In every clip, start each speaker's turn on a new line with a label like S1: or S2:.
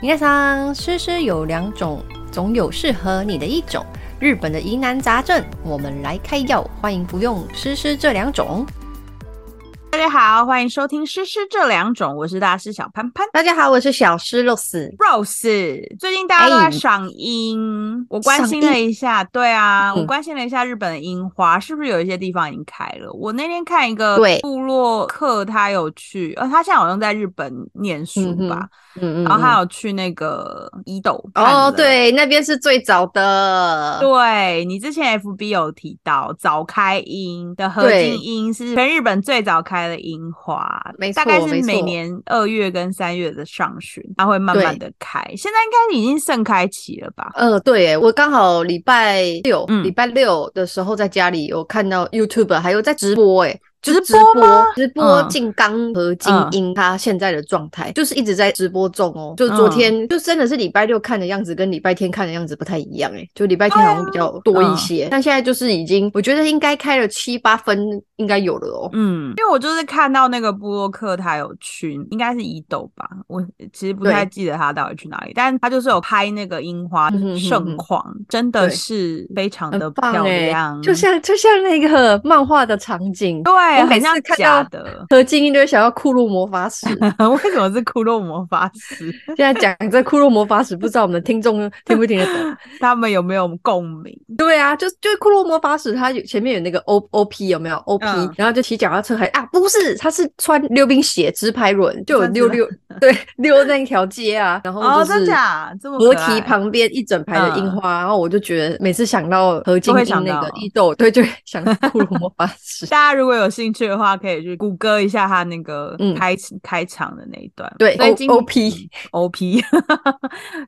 S1: 皆さん，诗诗有两种，总有适合你的一种。日本的疑难杂症，我们来开药，欢迎服用诗诗这两种。
S2: 大家好，欢迎收听《诗诗这两种》，我是大师小潘潘
S1: 大家好，我是小诗 Rose。
S2: Rose。最近大家都
S1: 哎
S2: 在赏樱，我关心了一下，对啊，
S1: 嗯
S2: 我关心了一下日本的樱花，是不是有一些地方已经开了？我那天看一个
S1: 对
S2: 部落客，他有去，呃，他现在好像在日本念书吧，
S1: 嗯
S2: 然后还有去那个伊豆看了
S1: 哦，。对，那边是最早的。
S2: 对你之前 FB 有提到早开樱的合
S1: 对
S2: 金樱是全日本最早开的樱花，
S1: 没
S2: 大概
S1: 错没
S2: 是每
S1: 错
S2: 年二月跟三月的上旬，它会慢慢的开。现在应该已经盛开期了吧？
S1: 呃，对耶，我刚好礼拜六，
S2: 嗯
S1: 礼拜六的时候在家里有看到 YouTube 还有在直播，哎，就
S2: 直
S1: 直
S2: 播吗
S1: 播直播
S2: 嗯
S1: 静冈和静音，他现在的状态就是一直在直播中哦。就
S2: 嗯
S1: 昨天就真的是礼拜六看的样子，跟礼拜天看的样子不太一样，哎，就礼拜天好像比较多
S2: 啊
S1: 一
S2: 嗯
S1: 些，但现在就是已经我觉得应该开了七八分，应该有了哦。
S2: 嗯，因为我就是看到那个布洛克他有去，应该是伊豆吧，我其实不
S1: 对
S2: 太记得他到底去哪里，但他就是有拍那个樱花
S1: 嗯哼哼
S2: 盛
S1: 哼
S2: 况，真的
S1: 对
S2: 是非常的
S1: 很棒
S2: 漂
S1: 哎
S2: 亮，
S1: 就像就像那个漫画的场景，
S2: 对，
S1: 我每
S2: 很
S1: 次
S2: 像
S1: 看
S2: 假
S1: 到
S2: 的。
S1: 和静音就会想要库洛魔法使。
S2: 为什么是骷髅魔法师？
S1: 现在讲这骷髅魔法使，不知道我们听众听不听得 懂？
S2: 他们有没有共鸣？
S1: 对啊，就就骷髅魔法使，它有前面有那个 O O P 有没有 O P？、
S2: 嗯
S1: 然后就骑脚踏车还啊，不是，他是穿溜冰鞋直排轮，就有
S2: 这样子
S1: 溜溜对溜那一条街啊，然后
S2: 哦，
S1: 就
S2: 真
S1: 是
S2: 假？这么
S1: 河
S2: 可爱
S1: 堤旁边一整排的樱
S2: 嗯
S1: 花，然后我就觉得每次想到何晶
S2: 会
S1: 英
S2: 想
S1: 那个
S2: 到。
S1: 伊豆，对，就会想到骷髅魔法使
S2: 大家如果有兴趣的话，可以去谷歌一下他那个
S1: 嗯
S2: 开、开场的那一段。
S1: 对
S2: 所以
S1: ，O
S2: 今
S1: O P，
S2: O P，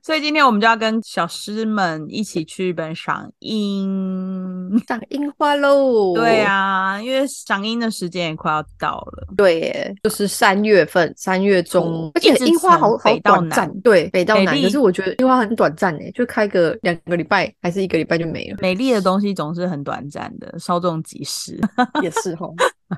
S2: 所以今天我们就要跟小师们一起去日本赏樱。
S1: 赏樱花喽！
S2: 对，啊，因为赏樱的时间也快要到了。
S1: 对耶，就是三月份，三月中
S2: 错，
S1: 而且
S2: 一直
S1: 樱花
S2: 哦从
S1: 好好
S2: 北到
S1: 短暂
S2: 南，
S1: 对，北到
S2: 美
S1: 南。
S2: 丽
S1: 可是我觉得樱花很短暂诶，就开个两个礼拜还是一个礼拜就没了，
S2: 美丽的东西总是很短暂的，稍纵即逝。
S1: 也是吼。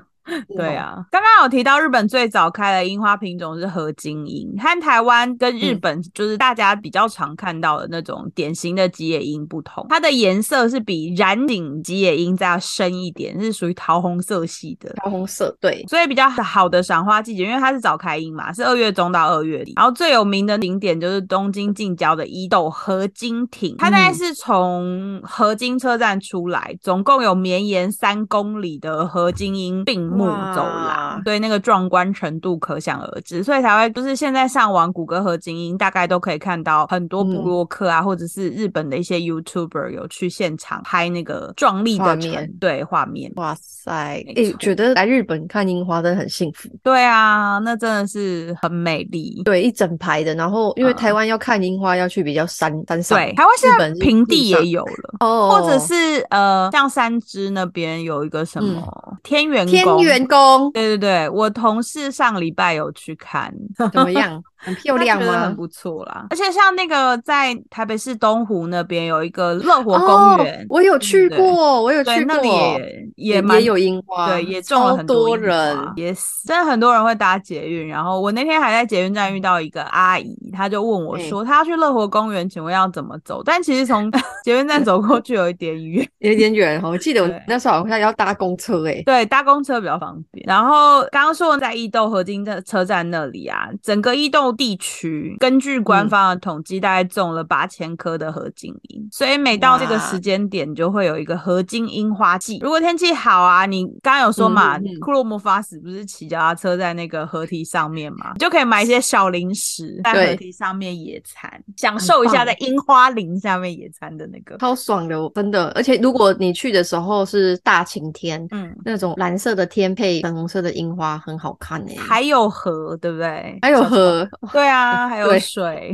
S2: 对，啊，刚刚有提到日本最早开的樱花品种是合金樱，和台湾跟日
S1: 嗯
S2: 本就是大家比较常看到的那种典型的吉野樱不同，它的颜色是比染井吉野樱再要深一点，是属于桃红色系的。
S1: 桃红色，对，
S2: 所以比较好的赏花季节，因为它是早开樱嘛，是二月中到二月底。然后最有名的景点就是东京近郊的伊豆河津町，它大概
S1: 嗯
S2: 是从河津车站出来，总共有绵延三公里的河津樱并木走
S1: 哇
S2: 廊，对那个壮观程度可想而知，所以才会就是现在上网谷歌河津樱，大概都可以看到很多部
S1: 嗯
S2: 落客啊，或者是日本的一些 YouTuber 有去现场拍那个壮丽
S1: 画
S2: 的
S1: 面
S2: 城，对画面。
S1: 哇塞，
S2: 没
S1: 诶，
S2: 错
S1: 觉得来日本看樱花真的很幸福。
S2: 对啊，那真的是很美丽。
S1: 对，一整排的，然后因为
S2: 嗯
S1: 台湾要看樱花要去比较山山上，
S2: 对，台湾现
S1: 日
S2: 在
S1: 本是
S2: 平
S1: 陆
S2: 地
S1: 上
S2: 也有了，
S1: 哦，嗯
S2: 或者是呃，像三芝那边有一个什么、天元
S1: 天
S2: 宫。
S1: 元宫
S2: 对对对，我同事上礼拜有去 看，
S1: 怎么样？很漂
S2: 他
S1: 亮
S2: 觉得
S1: 吗
S2: 很？不错啦。而且像那个在台北市东湖那边有一个乐活
S1: 哦
S2: 公园，
S1: 我有
S2: 对
S1: 去
S2: 对对
S1: 过，我有
S2: 对，
S1: 去
S2: 那里
S1: 过。
S2: 也
S1: 也
S2: 蛮
S1: 有樱花，
S2: 对，也种了
S1: 超
S2: 很多樱
S1: 人，
S2: 花也是真的很多人会搭捷运。然后我那天还在捷运站遇到一个阿姨，她就问我
S1: 嗯
S2: 说，她要去乐活公园，请问要怎么走？但其实从捷运站走过去有一点远，
S1: 有点远哈。我记得我
S2: 对
S1: 那时候好像要搭公车欸诶、
S2: 对，搭公车比较方便。然后刚刚说在伊豆河津的车站那里啊，整个伊豆地区根据官
S1: 嗯
S2: 方的统计，大概种了八千棵的河津樱，所以每到这个
S1: 哇
S2: 时间点就会有一个河津樱花季。如果天气好啊，你刚刚有说嘛，
S1: 嗯嗯嗯
S2: 库洛魔法使不是骑脚踏车在那个河堤上面嘛，你就可以买一些小零食，在河
S1: 对
S2: 堤上面野餐，享受一下
S1: 棒
S2: 在樱花林下面野餐的那个，
S1: 超爽的，我真的。而且如果你去的时候是大晴天，
S2: 嗯，
S1: 那种蓝色的天配粉红色的樱花，很好看诶、
S2: 还有河，对不对？
S1: 还有
S2: 小时候
S1: 河，
S2: 对啊，还有
S1: 哎对
S2: 水，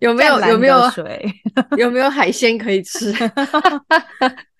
S1: 有没有
S2: 湛蓝
S1: 有没
S2: 的
S1: 有
S2: 水？
S1: 有没有海鲜可以吃？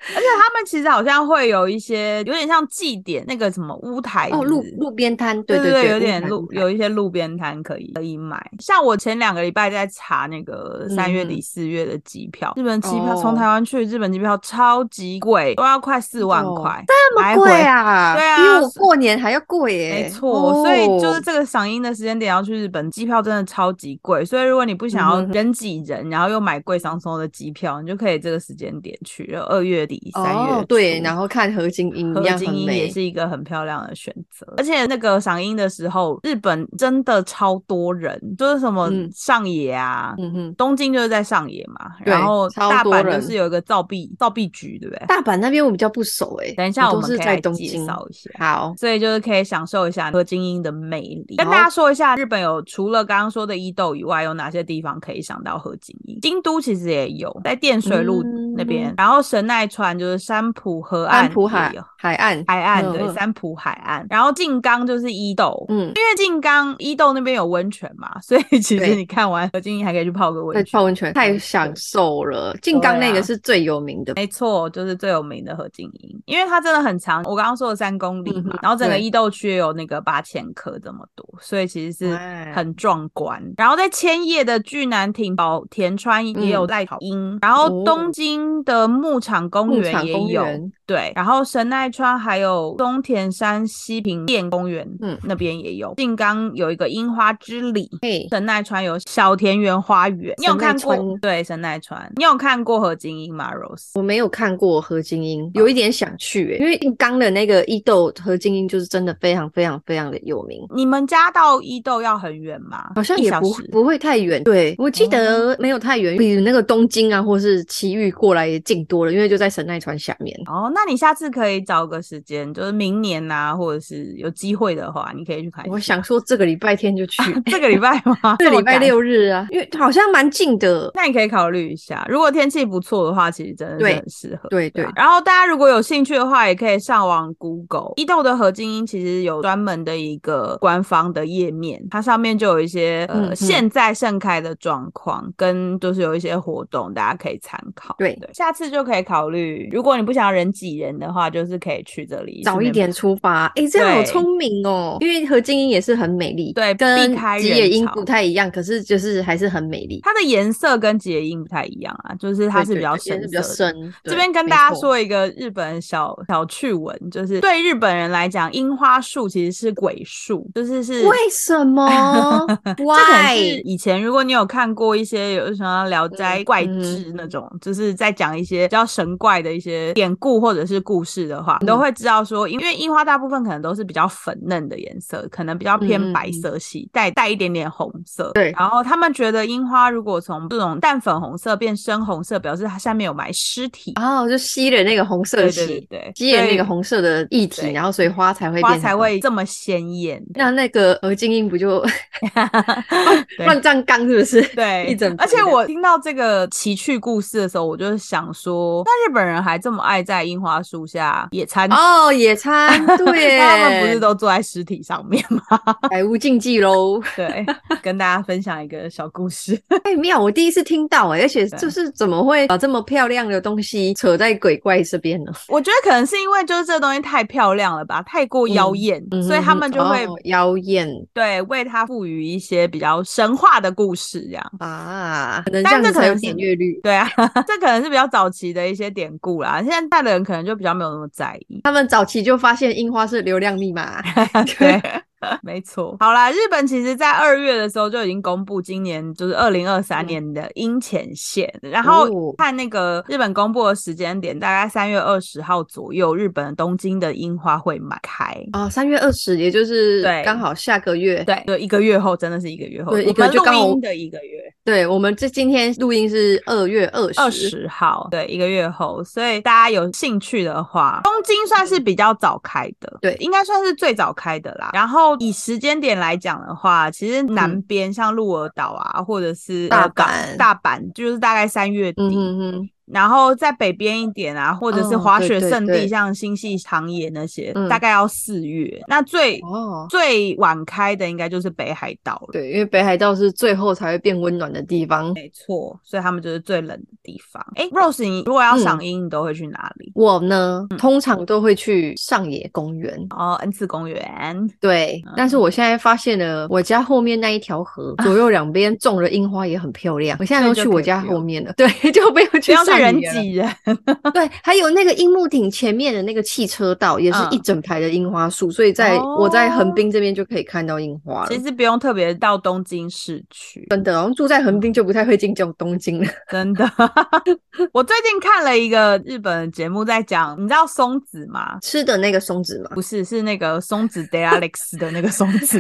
S2: 而且他们其实好像会有一些有点像祭典那个什么乌台
S1: 哦，
S2: 子
S1: 路路边摊，
S2: 对
S1: 对
S2: 有点
S1: 路
S2: 路有一些路边摊可以可以买。像我前两个礼拜在查那个三月底
S1: 嗯
S2: 四月的机票，日本机票
S1: 哦
S2: 从台湾去日本机票超级贵，都要快四万
S1: 哦
S2: 块，
S1: 那么
S2: 来
S1: 贵
S2: 回
S1: 啊，
S2: 对啊
S1: 比我过年还要贵欸耶、
S2: 没错，所以就是
S1: 哦
S2: 这个赏樱的时间点要去日本，机票真的超级贵。所以如果你不想要
S1: 嗯哼
S2: 人挤人，然后又买贵桑松的机票，你就可以这个时间点去，就二月底、三月初。
S1: 哦，对，然后看合金音一
S2: 和
S1: 样
S2: 精
S1: 很
S2: 英也
S1: 美
S2: 是一个很漂亮的选择，而且那个赏樱的时候，日本真的超多人，就是什么
S1: 嗯
S2: 上野啊，
S1: 嗯哼，
S2: 东京就是在上野嘛，
S1: 对
S2: 然后
S1: 超
S2: 大
S1: 多
S2: 阪就
S1: 人
S2: 是有一个造币造币局，对不对？
S1: 大阪那边我比较不熟哎、
S2: 等一下
S1: 我
S2: 我
S1: 都是
S2: 们可以
S1: 在
S2: 来
S1: 东
S2: 介
S1: 京。
S2: 绍一下。
S1: 好，
S2: 所以就是可以享受一下和精英的魅力。跟
S1: 好
S2: 大家说一下，日本有除了刚刚说的伊豆以外，有哪些地方可以想到和精英？京都其实也有，在淀水路那边，
S1: 嗯
S2: 然后神奈川就是山浦河岸
S1: 安浦
S2: 也
S1: 海
S2: 有
S1: 海岸，
S2: 海岸，
S1: 嗯
S2: 对，
S1: 嗯
S2: 三浦海岸，然后静冈就是伊豆。
S1: 嗯，
S2: 因为静冈伊豆那边有温泉嘛，所以其实
S1: 对
S2: 你看完和精英还可以去泡个温
S1: 在
S2: 泉
S1: 泡。温泉太
S2: 对
S1: 享受了。静冈那
S2: 嗯对啊
S1: 个是最有名的，
S2: 没错，就是最有名的河静音，因为它真的很长，我刚刚说的三公里
S1: 嗯
S2: 嘛，
S1: 哼
S2: 然后整个
S1: 对
S2: 伊豆区也有那个八千棵这么多，所以其实是
S1: 哇
S2: 很壮观。然后在千叶的巨南町宝田川也
S1: 嗯
S2: 有在烤樱，然后
S1: 哦
S2: 东京的牧场公
S1: 牧
S2: 园
S1: 场
S2: 也
S1: 公
S2: 有，
S1: 园，
S2: 对，然后神奈川还有松田山西平电公园，
S1: 嗯
S2: 那边也有，静冈有一个樱花之里，
S1: 嘿，
S2: 神奈川有小田园花园，你有
S1: 神奈
S2: 看过？
S1: 川
S2: 对，神奈川，你有看过和精英吗，Rose？
S1: 我没有看过河精英，有一点想去、欸，因为静冈的那个伊豆河精英就是真的非常非常非常的有名。
S2: 你们家到伊豆要很远吗？
S1: 好像
S2: 一
S1: 也
S2: 小
S1: 不
S2: 时
S1: 不会太远，对我记
S2: 哦
S1: 得没有太远，比那个东京啊或是埼玉过来也近多了，因为就在神奈川下面。
S2: 哦，那你下次可以找个时间，就是明年呐、或者是有机会的话，你可以去看一下。
S1: 我想说这个礼拜天 就去，
S2: 哎这个礼拜吗？
S1: 这个
S2: 么
S1: 礼拜
S2: 赶，
S1: 六日啊，因为好像蛮近的。
S2: 那你可以考虑一下。如果天气不错的话，其实真的是
S1: 对
S2: 很适合。
S1: 对
S2: 对
S1: 对
S2: 啊，然后大家如果有兴趣的话，也可以上网 Google 伊豆的合金音，其实有专门的一个官方的页面，它上面就有一些呃、
S1: 嗯嗯
S2: 现在盛开的状况，跟就是有一些活动，大家可以参考。
S1: 对
S2: 下次就可以考虑，如果你不想要人挤人的话，就是可以去这里
S1: 早一。
S2: 顺便
S1: 点出发，哎、这样好
S2: 对
S1: 聪明哦！因为何静英也是很美丽，
S2: 对
S1: 跟
S2: 避开
S1: 吉
S2: 人
S1: 野樱
S2: 潮
S1: 不太一样，可是就是还是很美丽。
S2: 它的颜色跟结印不太一样啊，就是它是比较
S1: 对对对
S2: 深
S1: 因为是
S2: 色
S1: 比较
S2: 的。
S1: 深。
S2: 这
S1: 对
S2: 边跟
S1: 没
S2: 大家
S1: 错
S2: 说一个日本小小趣闻，就是对日本人来讲，樱花树其实是鬼树，就是是。
S1: 为什么
S2: 这可能是
S1: ？Why？
S2: 以前如果你有看过一些有什么《聊斋
S1: 嗯
S2: 怪
S1: 嗯
S2: 志》那种，就是在讲一些比较神怪的一些典故或者是故事的话，你都
S1: 嗯
S2: 会知道说，因为樱花大部分可能都是比较粉嫩的颜色，可能比较偏
S1: 嗯嗯
S2: 白
S1: 嗯
S2: 色系，带带一点点红色。
S1: 对
S2: 然后他们觉得樱花如果从这种淡粉红色变深红色，表示它下面有埋尸体。
S1: 然后哦就吸了那个红色
S2: 对
S1: 的
S2: 对对
S1: 血，
S2: 对，
S1: 吸了那
S2: 所以
S1: 个红色的液体，
S2: 对
S1: 然后所以花才会
S2: 花
S1: 变
S2: 才
S1: 成红。
S2: 会这么鲜艳。
S1: 那那个鹅精英不就
S2: 对
S1: 乱葬岗是不 是？
S2: 对，
S1: 一整
S2: 而且
S1: 排的
S2: 我听到这个奇趣故事的时候，我就想说，那日本人还这么爱在樱花树下野餐，
S1: 哦，野餐对耶，
S2: 那 他们不是都坐在尸体上面吗？
S1: 百无禁忌喽？
S2: 对，跟大家分享一个小故事。
S1: 太妙，我第一次听到哎、而且
S2: 对
S1: 就是怎么会把这么漂亮的东西扯在鬼怪这边呢？
S2: 我觉得可能是因为就是这东西太漂亮了吧，太过妖
S1: 嗯
S2: 艳，所以他们就会、
S1: 嗯哦妖艳
S2: 对为它赋予一些比较神话的故事这样。
S1: 啊，可能这
S2: 但
S1: 样
S2: 这
S1: 子
S2: 可
S1: 才有
S2: 能是
S1: 点阅率。
S2: 对啊， 这可能是比较早期的一些典故啦，现在的人可能就比较没有那么在意。
S1: 他们早期就发现樱花是流量密 码，
S2: 对，没错。好啦，日本其实在二月的时候就已经公布今年就是二零二三
S1: 嗯
S2: 年的樱前线，然后
S1: 哦
S2: 看那个日本公布的时间点，大概三月二十号左右，日本东京的樱花会满开。
S1: 哦，三月二十，也就是
S2: 对
S1: 刚好下个月。
S2: 对，就一个月后，真的是一个月后，
S1: 对
S2: 我
S1: 一个
S2: 们
S1: 就刚好
S2: 录音的一个月。
S1: 对，我们这今天录音是二月二十，
S2: 二十号，对，一个月后，所以大家有兴趣的话，东京算是比较早开的，
S1: 对
S2: 应该算是最早开的啦。然后以时间点来讲的话，其实南
S1: 嗯
S2: 边像鹿儿岛啊，或者是
S1: 大
S2: 呃港
S1: 阪
S2: 大阪就是大概三月底。
S1: 嗯哼哼，
S2: 然后在北边一点啊，或者是
S1: 哦
S2: 滑
S1: 对
S2: 雪
S1: 对
S2: 圣地，
S1: 对
S2: 像新系长野那些，
S1: 嗯
S2: 大概要四月。那最、
S1: 哦，
S2: 最晚开的应该就是北海道了。
S1: 对，因为北海道是最后才会变温暖的地方。
S2: 没错，所以他们就是最冷的地方。哎，Rose，你如果要
S1: 嗯
S2: 赏樱，你都会去哪里？
S1: 我呢，
S2: 嗯
S1: 通常都会去上野公园，
S2: 哦，恩赐公园。
S1: 对。
S2: 嗯
S1: 但是我现在发现了，我家后面那一条河左右两边种了樱花，也很漂亮。我现在
S2: 啊所以
S1: 都
S2: 就
S1: 去
S2: 可以
S1: 我家
S2: 不用
S1: 后面了， 对，就不用
S2: 不
S1: 去
S2: 要去
S1: 上
S2: 人
S1: 野了
S2: 挤人，
S1: 对，还有那个樱木町前面的那个汽车道，也是一
S2: 嗯
S1: 整排的樱花树，所以在、我在
S2: 哦
S1: 横滨这边就可以看到樱花了。
S2: 其实不用特别到东京市区，
S1: 真的，然后住在
S2: 嗯
S1: 横滨就不太会进叫东京了。
S2: 真的。我最近看了一个日本的节目，在讲，你知道松子吗？
S1: 吃的那个松子嘛，
S2: 不是，是那个松子 d e l e x 的那个松子，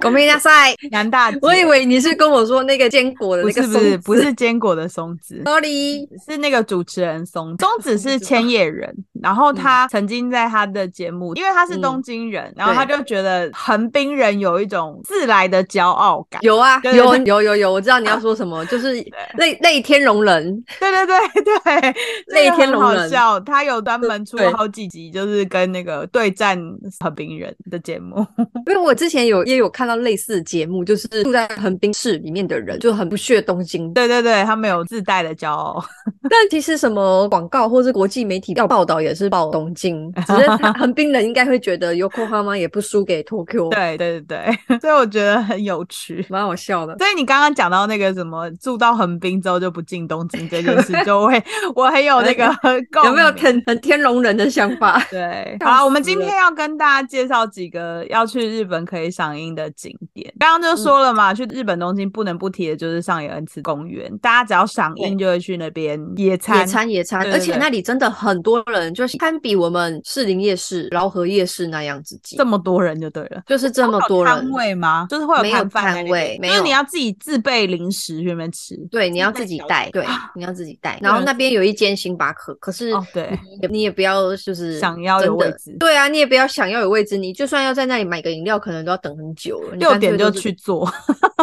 S1: ごめんな さい。
S2: 南大姐。
S1: 我以为你是跟我说那个坚果的
S2: 不
S1: 那个松
S2: 是不
S1: 子，
S2: 是不是坚果的松子，
S1: ，sorry。哦
S2: 是那个主持人松松子是千叶人，然后他
S1: 嗯
S2: 曾经在他的节目，因为他是东京人，然后他就觉得横滨人有一种自来的骄傲感。
S1: 有啊，
S2: 对对啊
S1: 有有有有，我知道你要说什么，就是类类天龙人，
S2: 对对对对，
S1: 类
S2: 那个
S1: 天
S2: 很
S1: 龙
S2: 好
S1: 人
S2: 笑，他有专门出
S1: 对
S2: 好几集，就是跟那个对战横滨人的节目。
S1: 因为我之前有也有看到类似的节目，就是住在横滨市里面的人就很不屑东京，
S2: 对对对，他们有自带的骄傲。
S1: 但其实什么广告或是国际媒体要报道也是报东京，只是 他横滨人应该会觉得 Yokohama 也不输给 Tokyo，
S2: 对对对 对，所以我觉得很有趣。
S1: 蛮好笑的。
S2: 所以你刚刚讲到那个什么住到横滨之后就不进东京这件事，就会 我很有那个 共
S1: 哎有没有
S2: 鸣
S1: 天很天龙人的想 法？
S2: 对，
S1: 笑
S2: 好啦，我们
S1: 死
S2: 今
S1: 了
S2: 天要跟大家介绍几个要去日本可以赏樱的景点。刚刚
S1: 嗯
S2: 就说了嘛，去日本东京不能不提的就是上野恩赐公园，大家只要赏樱就会去那边野餐。
S1: 野餐野餐，
S2: 对对
S1: 而且
S2: 对
S1: 那里真的很多人，就是堪比我们士林夜市、饶河夜市那样子挤
S2: 这，么多人就对了，
S1: 就是这么
S2: 会有
S1: 多
S2: 摊
S1: 人。
S2: 位吗？就是会
S1: 没有
S2: 摊贩在
S1: 摊
S2: 那边
S1: 位没
S2: 就是你
S1: 有
S2: 要自己自备零食去那边吃。
S1: 对，你要
S2: 自
S1: 自
S2: 己
S1: 己
S2: 带啊
S1: 带，对，你要自己 带。然后那边有一间星巴克，可是
S2: 哦对
S1: 你也你也不要就是
S2: 想要有
S1: 真的
S2: 位置
S1: 对啊，你也不要想要有位置，你就算要在那里买个饮料，可能都要等很久了。你
S2: 六
S1: 干脆
S2: 点就
S1: 都是
S2: 去，做，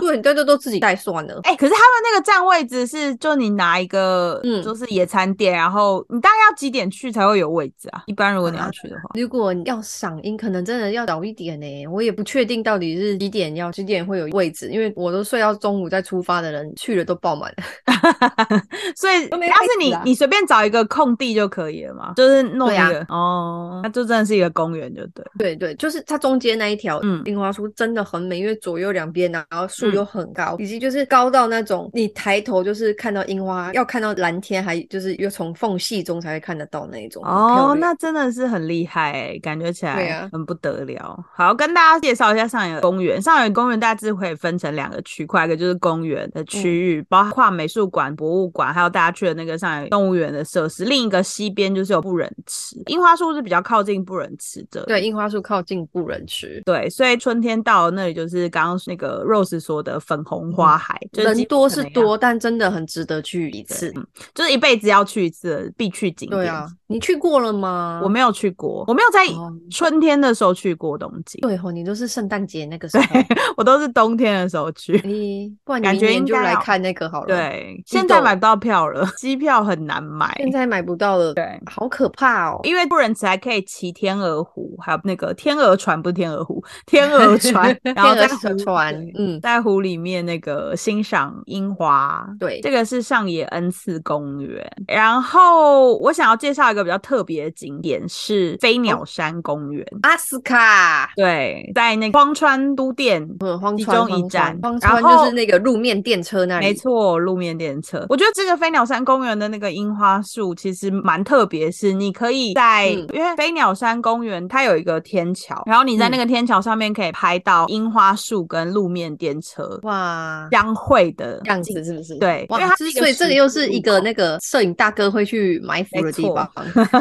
S1: 对，你都 都都自己带算了。
S2: 哎、可是他们那个占位置是，就你拿一个，
S1: 嗯
S2: 就是野餐垫，然后你大概要几点去才会有位置啊？一般如果你要
S1: 啊
S2: 去的话，
S1: 如果你要赏樱，可能真的要早一点呢、我也不确定到底是几点要几点会有位置，因为我都睡到中午再出发的人去了都爆满了。
S2: 所以，
S1: 都没
S2: 但是
S1: 位置
S2: 你
S1: 啊
S2: 你随便找一个空地就可以了嘛，就是弄一
S1: 对啊
S2: 个、哦，那就真的是一个公园，就对了。
S1: 对对，就是它中间那一条
S2: 嗯
S1: 樱花树真的很美，因为左右两边啊，然后树
S2: 嗯
S1: 又很高，以及就是高到那种你抬头就是看到樱花，要看到蓝天，还就是又从缝隙中才会看得到那一种。很漂
S2: 哦，
S1: 亮
S2: 那真的是很厉害、欸，感觉起
S1: 对
S2: 来
S1: 啊
S2: 很不得了。好，跟大家介绍一下上野公园。上野公园大致可以分成两个区块，一个就是公园的
S1: 嗯
S2: 区域，包括美术馆、博物馆，还有大家去的那个上野动物园的设施。另一个西边就是有不忍池，樱花树是比较靠近不忍池的。
S1: 对，樱花树靠近不忍池，
S2: 对，所以春天到了那里就是刚刚那个 Rose 说的粉红花海，就
S1: 嗯
S2: 是
S1: 人
S2: 基本
S1: 多
S2: 可
S1: 是
S2: 能要
S1: 多，但真的很值得去一次。
S2: 就是一辈子要去一次的必去景点。
S1: 对啊，你去过了吗？
S2: 我没有去过，我没有在
S1: 哦
S2: 春天的时候去过东京，
S1: 对吼，你都是圣诞节那个时候，
S2: 我都是冬天的时候去。
S1: 咦，不然你
S2: 感
S1: 明
S2: 觉
S1: 年
S2: 应
S1: 就
S2: 该
S1: 来
S2: 要
S1: 看那个好了。，
S2: 对，
S1: 激
S2: 现在
S1: 动
S2: 买不到票了，机票很难买。
S1: 现在买不到了，
S2: 对，
S1: 好可怕哦。，
S2: 因为不仁池还可以骑天鹅湖，还有那个天鹅船，不是天鹅湖，天鹅船 然后在
S1: 天
S2: 湖
S1: 鹅船
S2: 对
S1: 嗯
S2: 在湖里面那个欣赏樱花。
S1: 对
S2: 这个是上野恩赐公园。然后我想要介绍一个比较特别的景点是飞
S1: 哦
S2: 鸟山公园。
S1: 阿斯卡。
S2: 对，在那个荒川都店，
S1: 嗯，荒
S2: 其
S1: 川
S2: 中一
S1: 荒川
S2: 站
S1: 荒
S2: 然
S1: 川就是
S2: 后
S1: 那个路面电车那里，
S2: 没。错，路面电车。我觉得这个飞鸟山公园的那个樱花树其实蛮特别，是你可以在、
S1: 嗯
S2: 因为飞鸟山公园它有一个天桥，然后你在那
S1: 嗯
S2: 个天桥上面可以拍到樱花树跟路面电车
S1: 哇，
S2: 相会的
S1: 这样
S2: 景
S1: 子是不是？
S2: 对因为
S1: 哇
S2: 它，
S1: 之
S2: 是一个
S1: 所以这
S2: 十
S1: 个又
S2: 字
S1: 是
S2: 路
S1: 一个
S2: 口
S1: 那个摄影大哥会去埋伏
S2: 没
S1: 的地
S2: 错
S1: 方，，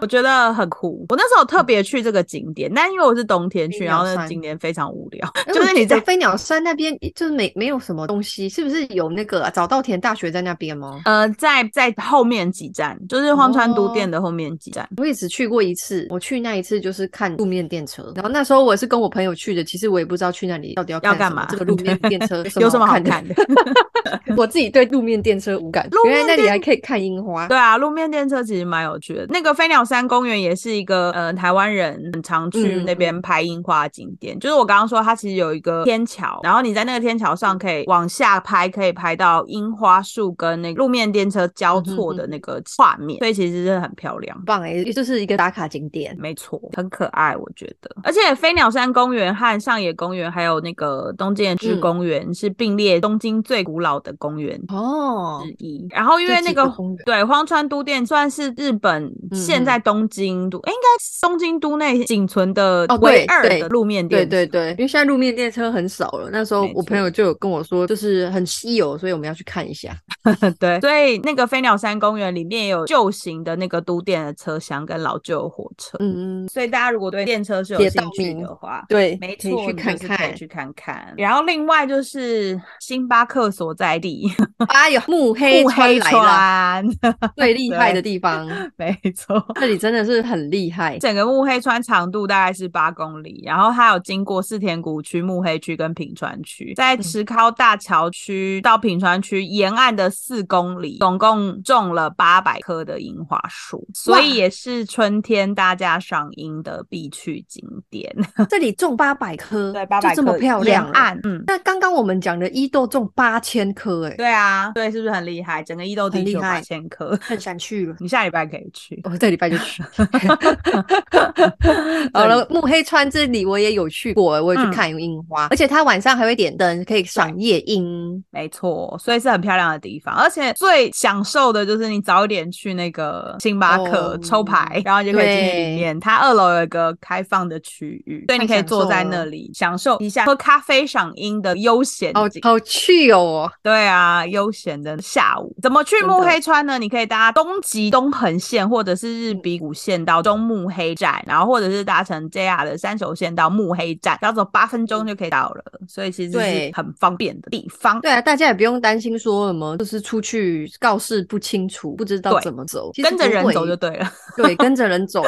S2: 我觉得很酷。我那时候特别去这个景点，但因为我是冬天去，
S1: 飞
S2: 然
S1: 鸟
S2: 后那个
S1: 山
S2: 景点非常无聊，
S1: 哎
S2: 就是
S1: 我
S2: 你
S1: 记得
S2: 在。
S1: 飞鸟山那边，就是没没有什么东西，是不是有那个啊早稻田大学在那边吗？
S2: 呃，在在后面几站，就是荒川
S1: 哦
S2: 都店的后面几站。
S1: 我也只去过一次，我去那一次就是看路面电车，然后那时候我是跟我朋友去的，其实我也不知道去那里到底要
S2: 要
S1: 看
S2: 干
S1: 什么
S2: 嘛
S1: 这个路面电车
S2: 有什么好
S1: 看的
S2: 看的？
S1: 我自己对路面电车无感，
S2: 路
S1: 原来
S2: 面
S1: 那里
S2: 电
S1: 还可以看樱花。
S2: 对啊，路面电车其实蛮有趣的。那个飞鸟山公园也是一个呃台湾人很常去
S1: 嗯嗯
S2: 那边拍樱花的景点。就是我刚刚说，它其实有一个天桥，然后你在那个天桥上可以往下拍，可以拍到樱花树跟那个路面电车
S1: 嗯
S2: 交错的那个画面，所以其实是很漂亮。
S1: 很棒哎、欸，就是一个打卡景点。
S2: 没错，很可爱，我觉得。而且飞鸟山公园和上野公园还有那个东京之
S1: 嗯
S2: 公园、是并列东京最古老的公园
S1: 哦
S2: 之，一。然后因
S1: 这
S2: 为
S1: 几
S2: 那
S1: 个
S2: 个
S1: 公园
S2: 对荒川都店算是日本
S1: 嗯
S2: 现在东京都，哎应该是东京都内仅存的
S1: 哦对
S2: 唯二
S1: 对
S2: 的路面
S1: 对
S2: 店。
S1: 对对，因为现在路面电车很少了。那时候
S2: 没
S1: 我朋
S2: 错
S1: 友就有跟我说，就是很稀有，所以我们要去看一下。
S2: 对，所以那个飞鸟山公园里面有旧型的那个都电的车厢跟老旧的火车。
S1: 嗯，嗯，
S2: 所以大家如果对电车是有
S1: 铁
S2: 兴
S1: 道
S2: 趣
S1: 迷
S2: 的话，
S1: 对，
S2: 没
S1: 可以
S2: 错，
S1: 去
S2: 你
S1: 看
S2: 就是可以
S1: 看。
S2: 去看看。然后另外就是星巴克所在地
S1: 哎呦，慕黑
S2: 雾黑
S1: 来了，
S2: 川，
S1: 最厉害的
S2: 对
S1: 地方，
S2: 没错。
S1: 这里真的是很厉害。
S2: 整个幕黑川长度大概是八公里，然后它有经过四田谷区、幕黑区跟品川区，在石尻大桥区到品川区沿岸的四公里，总共种了八百棵的樱花树，所以
S1: 哇
S2: 也是春天大家赏樱的必去景点。
S1: 这里种八百棵，
S2: 对，八
S1: 就
S2: 百
S1: 这么
S2: 棵
S1: 漂
S2: 沿
S1: 亮了。
S2: 岸，嗯，
S1: 那刚刚我们讲的伊豆种八千棵，哎，
S2: 对啊，对，是不是很厉害？整个伊豆地
S1: 很
S2: 区
S1: 厉
S2: 有八
S1: 害
S2: 千棵，
S1: 很想去了。
S2: 你下礼拜可以去。
S1: 我哦这礼拜就去。 好了，慕黑川这里我也有去过，我也去
S2: 嗯
S1: 看樱花，而且它晚上还会点灯，可以赏夜樱。
S2: 没错，所以是很漂亮的地方，而且最享受的就是你早一点去那个星巴克
S1: 哦
S2: 抽牌，然后你就可以进去里
S1: 对
S2: 面。它二楼有一个开放的区域，所以你可以
S1: 享
S2: 坐在
S1: 受
S2: 那
S1: 了
S2: 里享受一下喝咖啡、赏樱的悠闲
S1: 好
S2: 景。
S1: 好去哦！
S2: 对啊，悠闲的下午怎么去
S1: 真的
S2: 目黑川呢？你可以搭东极东横线或者是
S1: 嗯
S2: 日比谷线到中目黑站，然后或者是搭乘 JR 的三手线到目黑站，要走八分钟就可以到了，所以其实
S1: 嗯
S2: 是
S1: 对
S2: 很方便的地方。
S1: 对啊，大家也不用担心说什么，就是出去告示不清楚，不知道
S2: 对
S1: 怎么走，其实
S2: 跟着
S1: 不
S2: 人
S1: 会
S2: 走就对了，
S1: 对，跟着人走，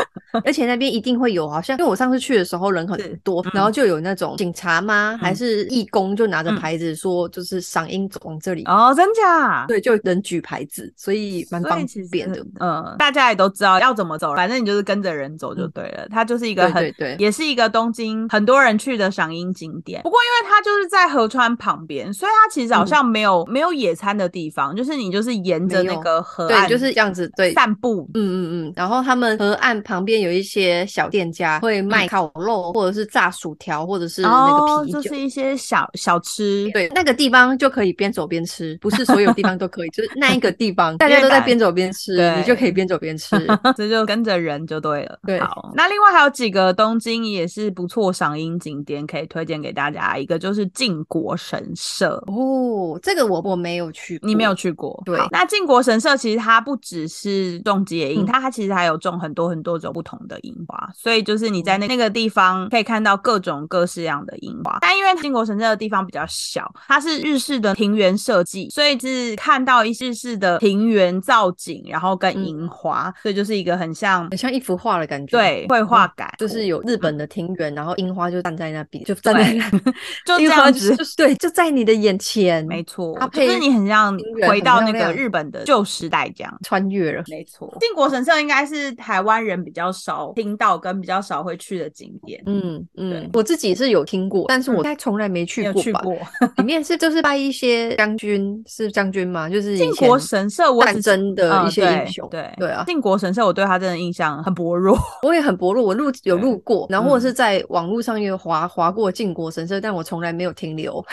S1: 而且那边一定会有，好像因为我上次去的时候人
S2: 是
S1: 很多
S2: 嗯，
S1: 然后就有那种警察吗，还
S2: 嗯
S1: 是义工就拿着
S2: 嗯
S1: 牌子说，就是赏樱走往这里，
S2: 哦，真假？
S1: 对，就有人举牌子，所以蛮
S2: 所
S1: 方
S2: 以其实
S1: 便的。
S2: 嗯，大家也都知道要怎么走，反正你就是跟着人走就对了。它就是一个
S1: 嗯对
S2: 很，
S1: 对对
S2: 也是一个东京很多人去的赏樱景点。不过因为它就是在河川旁边，所以它其实
S1: 嗯
S2: 好像没有、没有野餐的地方，就是你就是沿着
S1: 没
S2: 那
S1: 有
S2: 个河
S1: 对，
S2: 岸
S1: 就是这样子，对。
S2: 散步。
S1: 嗯嗯嗯，然后他们河岸旁边有一些小店家会卖烤肉，或者是炸薯条，或者是那个
S2: 嗯哦，
S1: 啤酒。
S2: 就是一些小小吃，
S1: 对，那个地方就可以边走边吃，不是所有地方都可以，就是那一个地 方，大家都在边走边吃，你就可以边走边吃。
S2: 这就跟着人就对了。
S1: 对
S2: 好，那另外还有几个东京也是不错赏樱景点可以推荐给大家，一个就是靖国神社。
S1: 哦，这个我我没有去过，
S2: 你没有去过，
S1: 嗯对
S2: 好那靖国神社其实它不只是种野樱，
S1: 嗯
S2: 它它其实还有种很多很多种不同的樱花，所以就是你在
S1: 哦
S2: 那那个地方可以看到各种各式样的樱花。但因为靖国神社的地方比较小，它是日式的庭园设计，所以是看到一日式的庭园造景，然后跟
S1: 嗯
S2: 樱花，所以就是一个很像
S1: 很像一幅画的哦感觉。
S2: 对，绘画感、
S1: 就是有日本的庭园，然后樱花就站在那边，就站在那，
S2: 就这
S1: 樱花
S2: 样
S1: 就是
S2: 子，
S1: 就是对，就在你的眼前，
S2: 没错
S1: 搭，
S2: 就是
S1: 配
S2: 你很像
S1: 音乐
S2: 回
S1: 很
S2: 到
S1: 漂
S2: 那个
S1: 亮
S2: 日本的旧时代这样。
S1: 穿越了。
S2: 没错，靖国神社应该是台湾人比较少听到跟比较少会去的景点，
S1: 嗯
S2: 对
S1: 嗯，我自己是有听过，但是我应
S2: 嗯
S1: 该从来没去
S2: 没有
S1: 过
S2: 去
S1: 吧？
S2: 过
S1: 里面是就是拜一些将军，是将军吗？就是
S2: 靖
S1: 以前
S2: 国神社我只
S1: 战争的
S2: 嗯
S1: 一些
S2: 对
S1: 英雄。
S2: 对
S1: 对啊
S2: 靖国神社我对他真的印象很薄弱，
S1: 我也很薄弱，我路有
S2: 对
S1: 路过，然后或者
S2: 嗯
S1: 是在网络上也有划划过靖国神社，但我从来没有停留。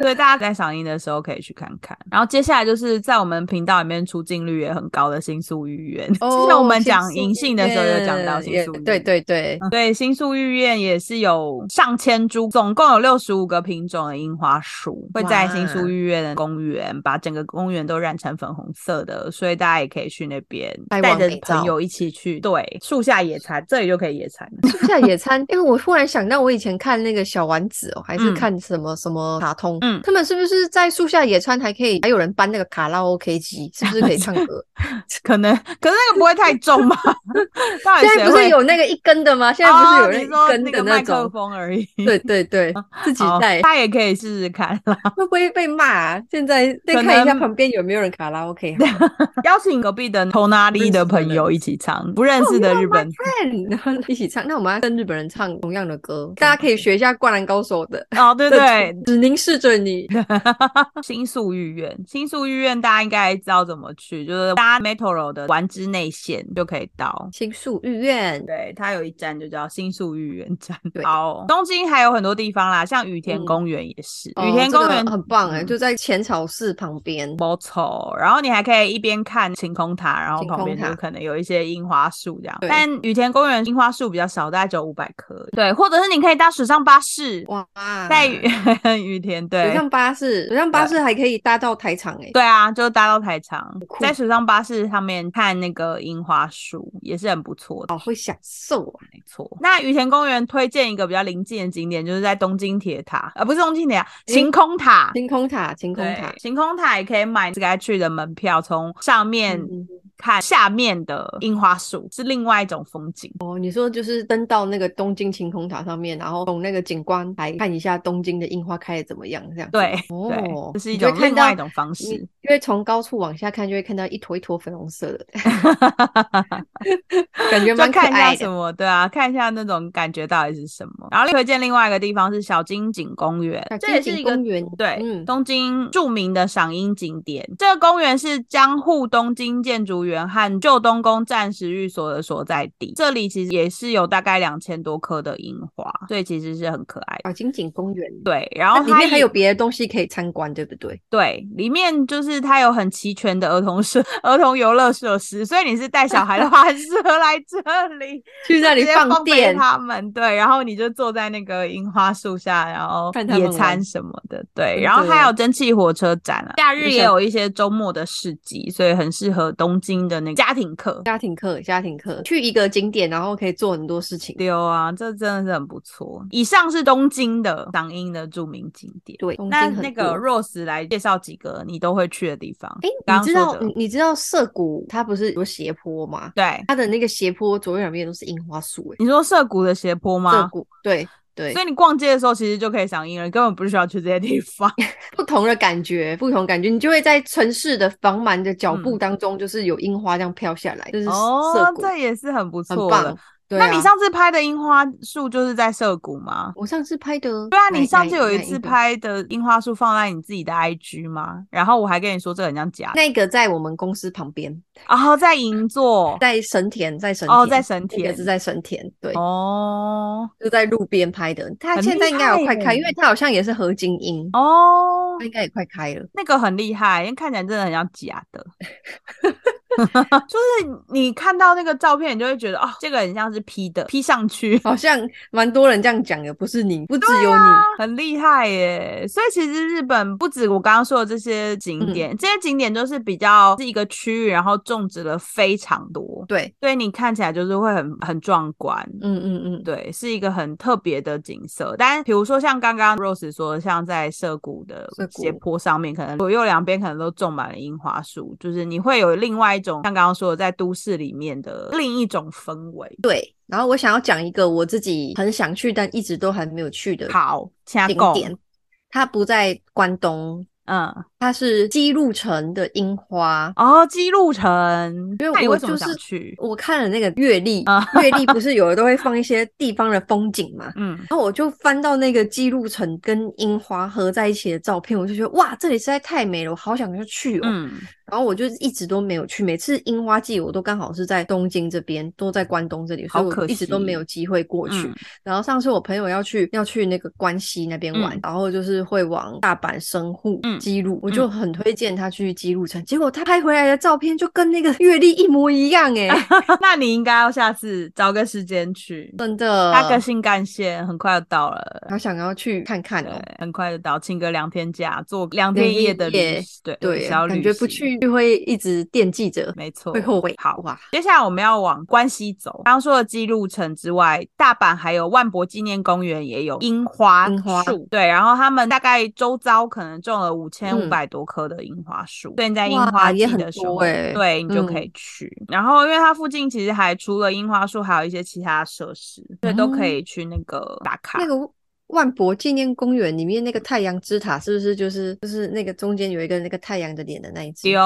S2: 所以大家在赏樱的时候可以去看看。然后接下来就是在我们频道里面出镜率也很高的新宿御苑，
S1: 哦
S2: 之前我们讲银杏的时候有讲到新宿，
S1: 对对 对
S2: 对，新宿御苑也是有上千株，总共有六十五个品种的樱花树，会在新宿御苑的公园把整个公园都染成粉红色的，所以大家也可以去那边带着朋友一起去，对，树下野餐，这里就可以野餐，
S1: 树下野餐，因为我忽然想到我以前看那个小丸子哦，还
S2: 嗯
S1: 是看什么什么卡通，嗯，他们是不是在树下野餐还可以，还有人搬那个卡拉 OK 机，是不是可以唱歌？
S2: 可能，可是那个不会太重吧？
S1: 现在不是有那个一根的吗？现在不是有人一根的
S2: 哦那种、哦、麦克风而已？
S1: 对对 对，自己带，
S2: 他也可以试试看啦。
S1: 会不会被骂、啊？现 在再看一下旁边有没有人卡拉 OK。
S2: 邀请隔壁的头哪里的朋友一起唱，不认识的日本
S1: 人， 然后一起唱。那我们要跟日本人唱同样的歌，大家可以学一下《灌篮高手》的。
S2: 哦，对对，
S1: 只凝视着 你。
S2: 新宿御苑，新宿御苑大家应该知道怎么去，就是搭 Metro 的丸之内线就可以到
S1: 新宿御苑。
S2: 对，它有一站就叫新宿御苑站。好，东京还有很多地方啦，像羽田公园也是，羽、嗯、田公园、
S1: 嗯哦、很棒哎、欸，就在浅草寺旁边。
S2: 没错，然后你还可以一边看晴空塔，然后旁边就可能有一些樱花树这样。但羽田公园樱花树比较少，大概只有五百棵。对，或者是你可以搭水上巴士，
S1: 哇，
S2: 在 羽田对
S1: 水上巴士，水上巴士还可以搭到台场哎、欸。
S2: 对啊，就搭到台场，在水上巴士上面看那个樱花树也是很不错的。
S1: 哦，会享受啊，
S2: 没错。那羽田公园推荐一个比较临近的景点，就是在东京铁塔，呃，不是东京铁塔，晴空塔，
S1: 晴空塔，晴空塔，
S2: 晴空塔也可以买 Sky 去的门票，从上面。嗯看下面的樱花树是另外一种风景
S1: 哦。你说就是登到那个东京晴空塔上面，然后从那个景观来看一下东京的樱花开的怎么样，这样
S2: 对哦，这是一种另外一种方式。
S1: 因为从高处往下看，就会看到一坨一坨粉红色 的，感觉蛮
S2: 看一下
S1: 什
S2: 么对啊，看一下那种感觉到底是什么。然后推荐另外一个地方是小金井公园，
S1: 这也是一个
S2: 对、嗯、东京著名的赏樱景点。这个公园是江户东京建筑园。园和旧东宫战时寓所的所在地，这里其实也是有大概两千多棵的樱花，所以其实是很可爱的。
S1: 小金井公园
S2: 对，然后
S1: 里面还有别的东西可以参观，对不对？
S2: 对，里面就是它有很齐全的儿童设、儿童游乐设施，所以你是带小孩的话， 很适合来这里
S1: 去那里
S2: 放
S1: 电
S2: 他们。对，然后你就坐在那个樱花树下，然后野餐什么的。嗯对，然后还有蒸汽火车站啊，假日也有一些周末的市集，所以很适合东京。的那个家庭课，
S1: 家庭课，家庭课，去一个景点，然后可以做很多事情。
S2: 对啊，这真的是很不错。以上是东京的赏樱的著名景点。
S1: 对，
S2: 那那个 Rose 来介绍几个你都会去的地方。
S1: 哎、欸，你知道你你知道涩谷它不是有斜坡吗？
S2: 对，
S1: 它的那个斜坡左右两边都是樱花树、欸。哎，
S2: 你说涩谷的斜坡吗？
S1: 涩谷对。对，
S2: 所以你逛街的时候其实就可以赏樱了，根本不需要去这些地 方。
S1: 不同的感觉，不同感觉，你就会在城市的繁忙的脚步当中，就是有樱花这样飘下来，嗯、就是
S2: 嗯哦，这也是很不错
S1: 的。对
S2: 啊、那你上次拍的樱花树就是在涩谷吗？
S1: 我上次拍的，哦
S2: 对啊，你上次有一次拍的樱花树放在你自己的 IG 吗？然后我还跟你说这很像假。
S1: 那个在我们公司旁边，
S2: 然后、哦、在银座，
S1: 在神田，在神
S2: 哦，在神田
S1: 是在神田，对
S2: 哦，
S1: 就在路边拍的。它现在应该有快开，因为它好像也是合金樱
S2: 哦，
S1: 它应该也快开了。
S2: 那个很厉害，因为看起来真的很像假 的。就是你看到那个照片，你就会觉得哦，这个很像是 P 的，P 上 去，
S1: 好像蛮多人这样讲的，不是你，不只有你，
S2: 啊、 很厉害耶。所以其实日本不止我刚刚说的这些景点，嗯、这些景点都是比较是一个区域，然后种植了非常多，
S1: 对，
S2: 所以你看起来就是会很很壮观，
S1: 嗯嗯嗯，
S2: 对，是一个很特别的景色。但比如说像刚刚 Rose 说，像在涩谷的斜坡上面，可能左右两边可能都种满了樱花树，就是你会有另外一。种像刚刚说的，在都市里面的另一种氛围，
S1: 对。然后我想要讲一个我自己很想去但一直都还没有去的
S2: 好
S1: 景点，它不在关东。
S2: 嗯，
S1: 它是姬路城的樱花
S2: 哦，姬路城，
S1: 因为我
S2: 就是
S1: 我看了那个月历，
S2: 啊
S1: 月历不是有的都会放一些地方的风景嘛，
S2: 嗯，
S1: 然后我就翻到那个姬路城跟樱花合在一起的照片，我就觉得哇，这里实在太美了，我好想要去哦。
S2: 嗯，
S1: 然后我就一直都没有去，每次樱花季我都刚好是在东京这边，都在关东这里，所以
S2: 好
S1: 我
S2: 可
S1: 一直都
S2: 惜
S1: 没有机会过去。
S2: 嗯
S1: 然后上次我朋友要去要去那个关西那边玩，然后就是会往大阪、神户、
S2: 嗯
S1: 姬路，我就很推荐他去姬路城。结果他拍回来的照片就跟那个月历一模一样 哎、
S2: 那你应该要下次找个时间去，
S1: 真的。
S2: 搭个新干线很快就到了。
S1: 好想要去看看哦、
S2: 对，很快就到，请个两天假，坐两
S1: 两
S2: 天
S1: 天
S2: 一夜的
S1: 一
S2: 旅
S1: 夜
S2: 行，对
S1: 对，
S2: 小
S1: 感
S2: 旅
S1: 觉不
S2: 行
S1: 去就会一直惦记着，
S2: 没错，
S1: 会后悔。
S2: 好
S1: 哇，
S2: 接下来我们要往关西走，刚刚说的记录城之外，大阪还有万博纪念公园也有樱花
S1: 樱花
S2: 树，对，然后他们大概周遭可能种了五千五百多棵的樱花树，所以你在樱
S1: 嗯哇
S2: 花季
S1: 也很
S2: 的时候，
S1: 多欸
S2: 对你就可以去。然后因为它附近其实还除了樱花树，还有一些其他设施，所以都可以去那个打卡。
S1: 那个万博纪念公园里面那个太阳之塔，是不是就是就是那个中间有一个那个太阳的脸的那一只？
S2: 丢，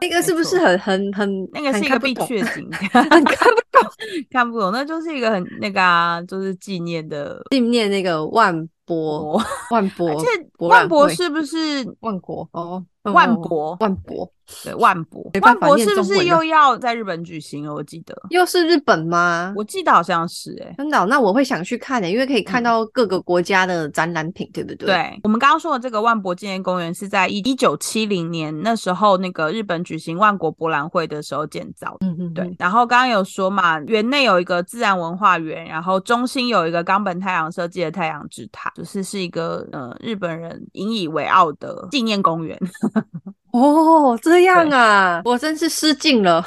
S1: 那个是不是
S2: 啊没
S1: 很很很
S2: 那个是
S1: 很
S2: 一
S1: 看
S2: 个
S1: 不
S2: 必
S1: 懂
S2: 去的景点，
S1: 很 看不懂？
S2: 看不懂，那就是一个很那个啊，就是纪念的
S1: 纪念那个万博
S2: 国。
S1: 万博，
S2: 而且
S1: 博
S2: 万
S1: 览
S2: 博
S1: 会
S2: 是不是
S1: 万国哦，哦
S2: 万
S1: 哦
S2: 博
S1: 万博
S2: 对万博？
S1: 办
S2: 万
S1: 法
S2: 博
S1: 念
S2: 是不
S1: 中
S2: 是
S1: 文啊
S2: 又要在日本举行了？我记得，
S1: 又是日本吗？
S2: 我记得好像是哎、
S1: 真的哦、那我会想去看的、因为可以看
S2: 嗯
S1: 到各个国家的展览品，对不对？
S2: 对我们刚刚说的这个万博纪念公园是在一一九七零年那时候那个日本举行万国博览会的时候建造的。
S1: 嗯，嗯嗯，
S2: 对，然后刚刚有说嘛，园内有一个自然文化园，然后中心有一个冈本太郎设计的太阳之塔，就是是一个呃日本人引以为傲的纪念公园。
S1: 哦，这样啊，我真是失敬了。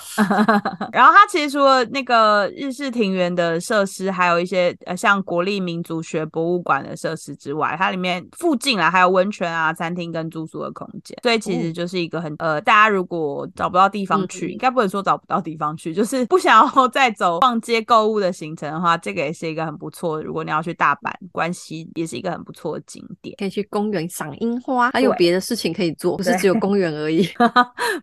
S2: 然后它其实除了那个日式庭园的设施，还有一些呃像国立民族学博物馆的设施之外，它里面附近啦还有温泉啊、餐厅跟住宿的空间，所以其实
S1: 哦
S2: 就是一个很呃，大家如果找不到地方去，应该不能说找不到地方去，就是不想要 再走逛街购物的行程的话，这个也是一个很不错。如果你要去大阪、关西，也是一个很不错的景点。
S1: 可以去公园赏樱花，还有
S2: 对
S1: 别的事情可以做，不是
S2: 对
S1: 只有公园而已。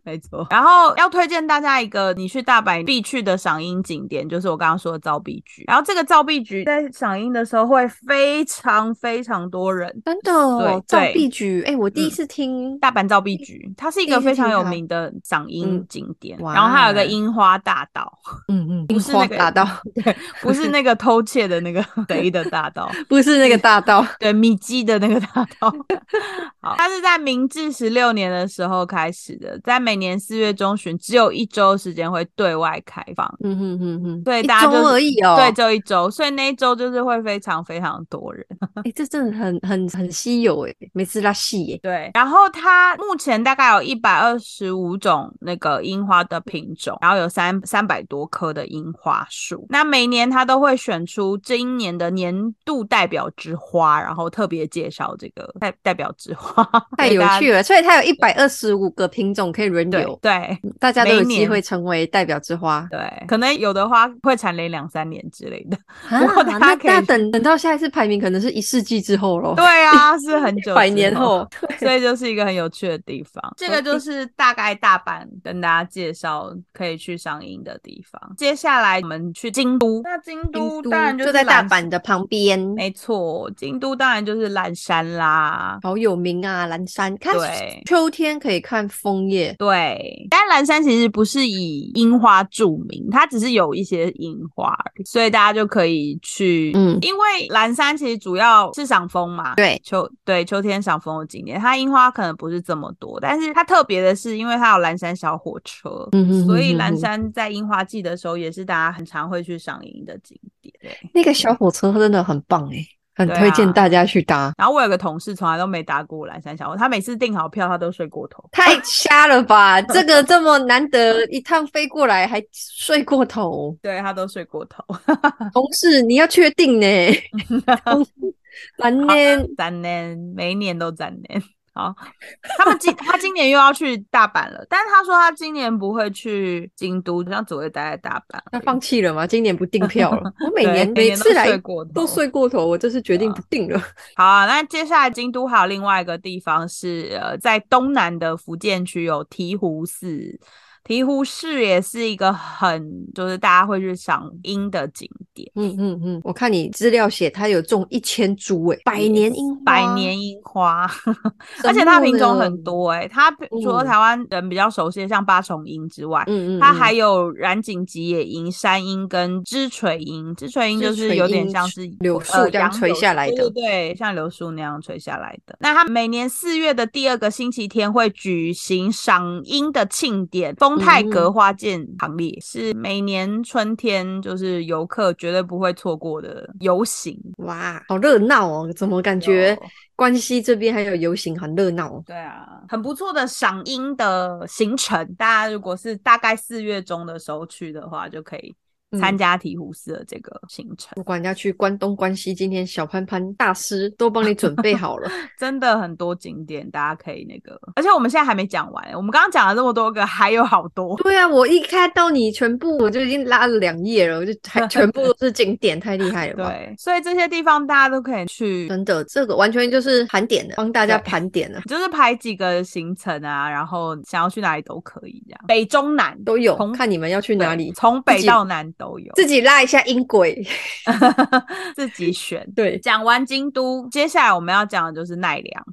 S2: 没错，然后要推荐大家一个你去大阪必去的赏樱景点，就是我刚刚说的造币局。然后这个造币局在赏樱的时候会非常非常多人，
S1: 真的哦，造
S2: 对对
S1: 币局，哎、我第一
S2: 嗯
S1: 次听，
S2: 大阪造币局它是一个
S1: 第一次
S2: 非常
S1: 听
S2: 有
S1: 到
S2: 名的赏樱
S1: 嗯
S2: 景点，
S1: 哇
S2: 然后还有个樱花大道，
S1: 嗯嗯，
S2: 不
S1: 樱
S2: 是那
S1: 花
S2: 个
S1: 大道，
S2: 对，不是那个偷窃的 那个贼的大道，
S1: 不是那个大道，
S2: 对，米基的那个大道。 好，它是在明治十六年的时候开始的，在每年四月中旬只有一周时间会对外开放。
S1: 嗯哼哼哼，
S2: 对
S1: 一
S2: 大家
S1: 周
S2: 就是
S1: 而已哦，
S2: 对，，只有一周，所以那一周就是会非常非常多人。
S1: 哎、这真的很很很稀有哎、每次拉戏耶，
S2: 对，然后它目前大概有一百二十五种那个樱花的品种，然后有三三百多棵的樱花树。那每年它都会选出今年的年度代表之花，然后特别介绍这个代代表之花，
S1: 太
S2: 对
S1: 有
S2: 大家
S1: 趣了，所以它有一百二十五个品种可以轮
S2: 对
S1: 流，
S2: 对
S1: 大家都
S2: 每
S1: 有机
S2: 年
S1: 会成为代表之花。
S2: 对，可能有的花会蝉联两三年之类的。
S1: 啊
S2: 不过大家
S1: 那
S2: 可以
S1: 那等等到下一次排名，可能是一世纪之后喽，
S2: 对，啊，是哦很久
S1: 哦百
S2: 之
S1: 年
S2: 后
S1: 后，
S2: 所以就是一个很有趣的地方。这个就是大概大阪跟大家介绍可以去赏樱的地方。接下来我们去京都，那京都
S1: 京都
S2: 当然是
S1: 就在大
S2: 岚
S1: 阪的旁边，
S2: 没错，京都当然就是岚山啦。
S1: 好有名啊，岚山。看
S2: 对
S1: 秋天可以看枫叶，
S2: 对，但岚山其实不是以樱花著名，它只是有一些樱花而已，所以大家就可以去。
S1: 嗯
S2: 因为岚山其实主要是赏枫嘛，
S1: 对，
S2: 秋对秋天赏枫的景点，它樱花可能不是这么多，但是它特别的是，因为它有岚山小火车，
S1: 嗯哼
S2: 所以
S1: 哼哼
S2: 岚
S1: 哼
S2: 山在樱花季的时候也是大家很常会去赏樱的景点。对
S1: 那个小火车真的很棒哎、很
S2: 对
S1: 推荐
S2: 啊
S1: 大家去搭。
S2: 然后我有个同事从来都没搭过岚山小火车，他每次订好票他都睡过头。
S1: 太瞎了吧！这个这么难得一趟飞过来，还睡过头。
S2: 对他都睡过头，啊
S1: 同事，你要确定 呢、同事蛮
S2: 啊
S1: 呢，
S2: 三年，每一年都三年。好，他们今他今年又要去大阪了，但是他说他今年不会去京都，他只会待在大阪而
S1: 那
S2: 已。
S1: 放弃了吗？今年不订票 了。我每
S2: 对
S1: 年
S2: 每
S1: 每
S2: 年
S1: 次来
S2: 睡过头
S1: 都睡过头，我这次决定不订了。
S2: 好啊、那接下来京都还有另外一个地方是呃，在东南的福建区有醍醐寺。鹈鹕市也是一个很就是大家会去赏樱的景点。
S1: 嗯嗯嗯，我看你资料写它有种一千株诶，百年樱花，
S2: 百年樱花，而且它品种很多诶、它除
S1: 嗯
S2: 了台湾人比较熟悉的像八重樱之外，
S1: 嗯嗯，
S2: 它还有染井吉野樱、山樱跟枝垂樱。枝垂樱就是有呃点像是
S1: 柳树这样垂下来的，
S2: 对对对，像柳树那样垂下来的。那它每年四月的第二个星期天会举行赏樱的庆典，丰泰
S1: 嗯
S2: 格花见行列、是每年春天就是游客绝对不会错过的游行。
S1: 哇，好热闹哦！怎么感觉
S2: 有
S1: 关西这边还有游行很热闹哦？
S2: 对啊，很不错的赏樱的行程，大家如果是大概四月中的时候去的话，就可以参
S1: 嗯
S2: 加鹈鹕市的这个行程，
S1: 不管要去关东关西，今天小潘潘大师都帮你准备 好了。
S2: 真的很多景点，大家可以那个。而且我们现在还没讲完，我们刚刚讲了这么多个，还有好多。
S1: 对啊，我一看到你全部，我就已经拉了两页了，我就 还全部都是景点，太厉害了吧！
S2: 对，所以这些地方大家都可以去，
S1: 真的，这个完全就是盘点的，帮大家
S2: 对
S1: 盘点的
S2: 就是排几个行程啊，然后想要去哪里都可以这样，北中南
S1: 都有
S2: 从，
S1: 看你们要去哪
S2: 对
S1: 里，
S2: 从
S1: 自
S2: 北
S1: 己
S2: 到南都有，
S1: 自己拉一下音轨。
S2: 自己选。
S1: 对，
S2: 讲完京都，接下来我们要讲的就是奈良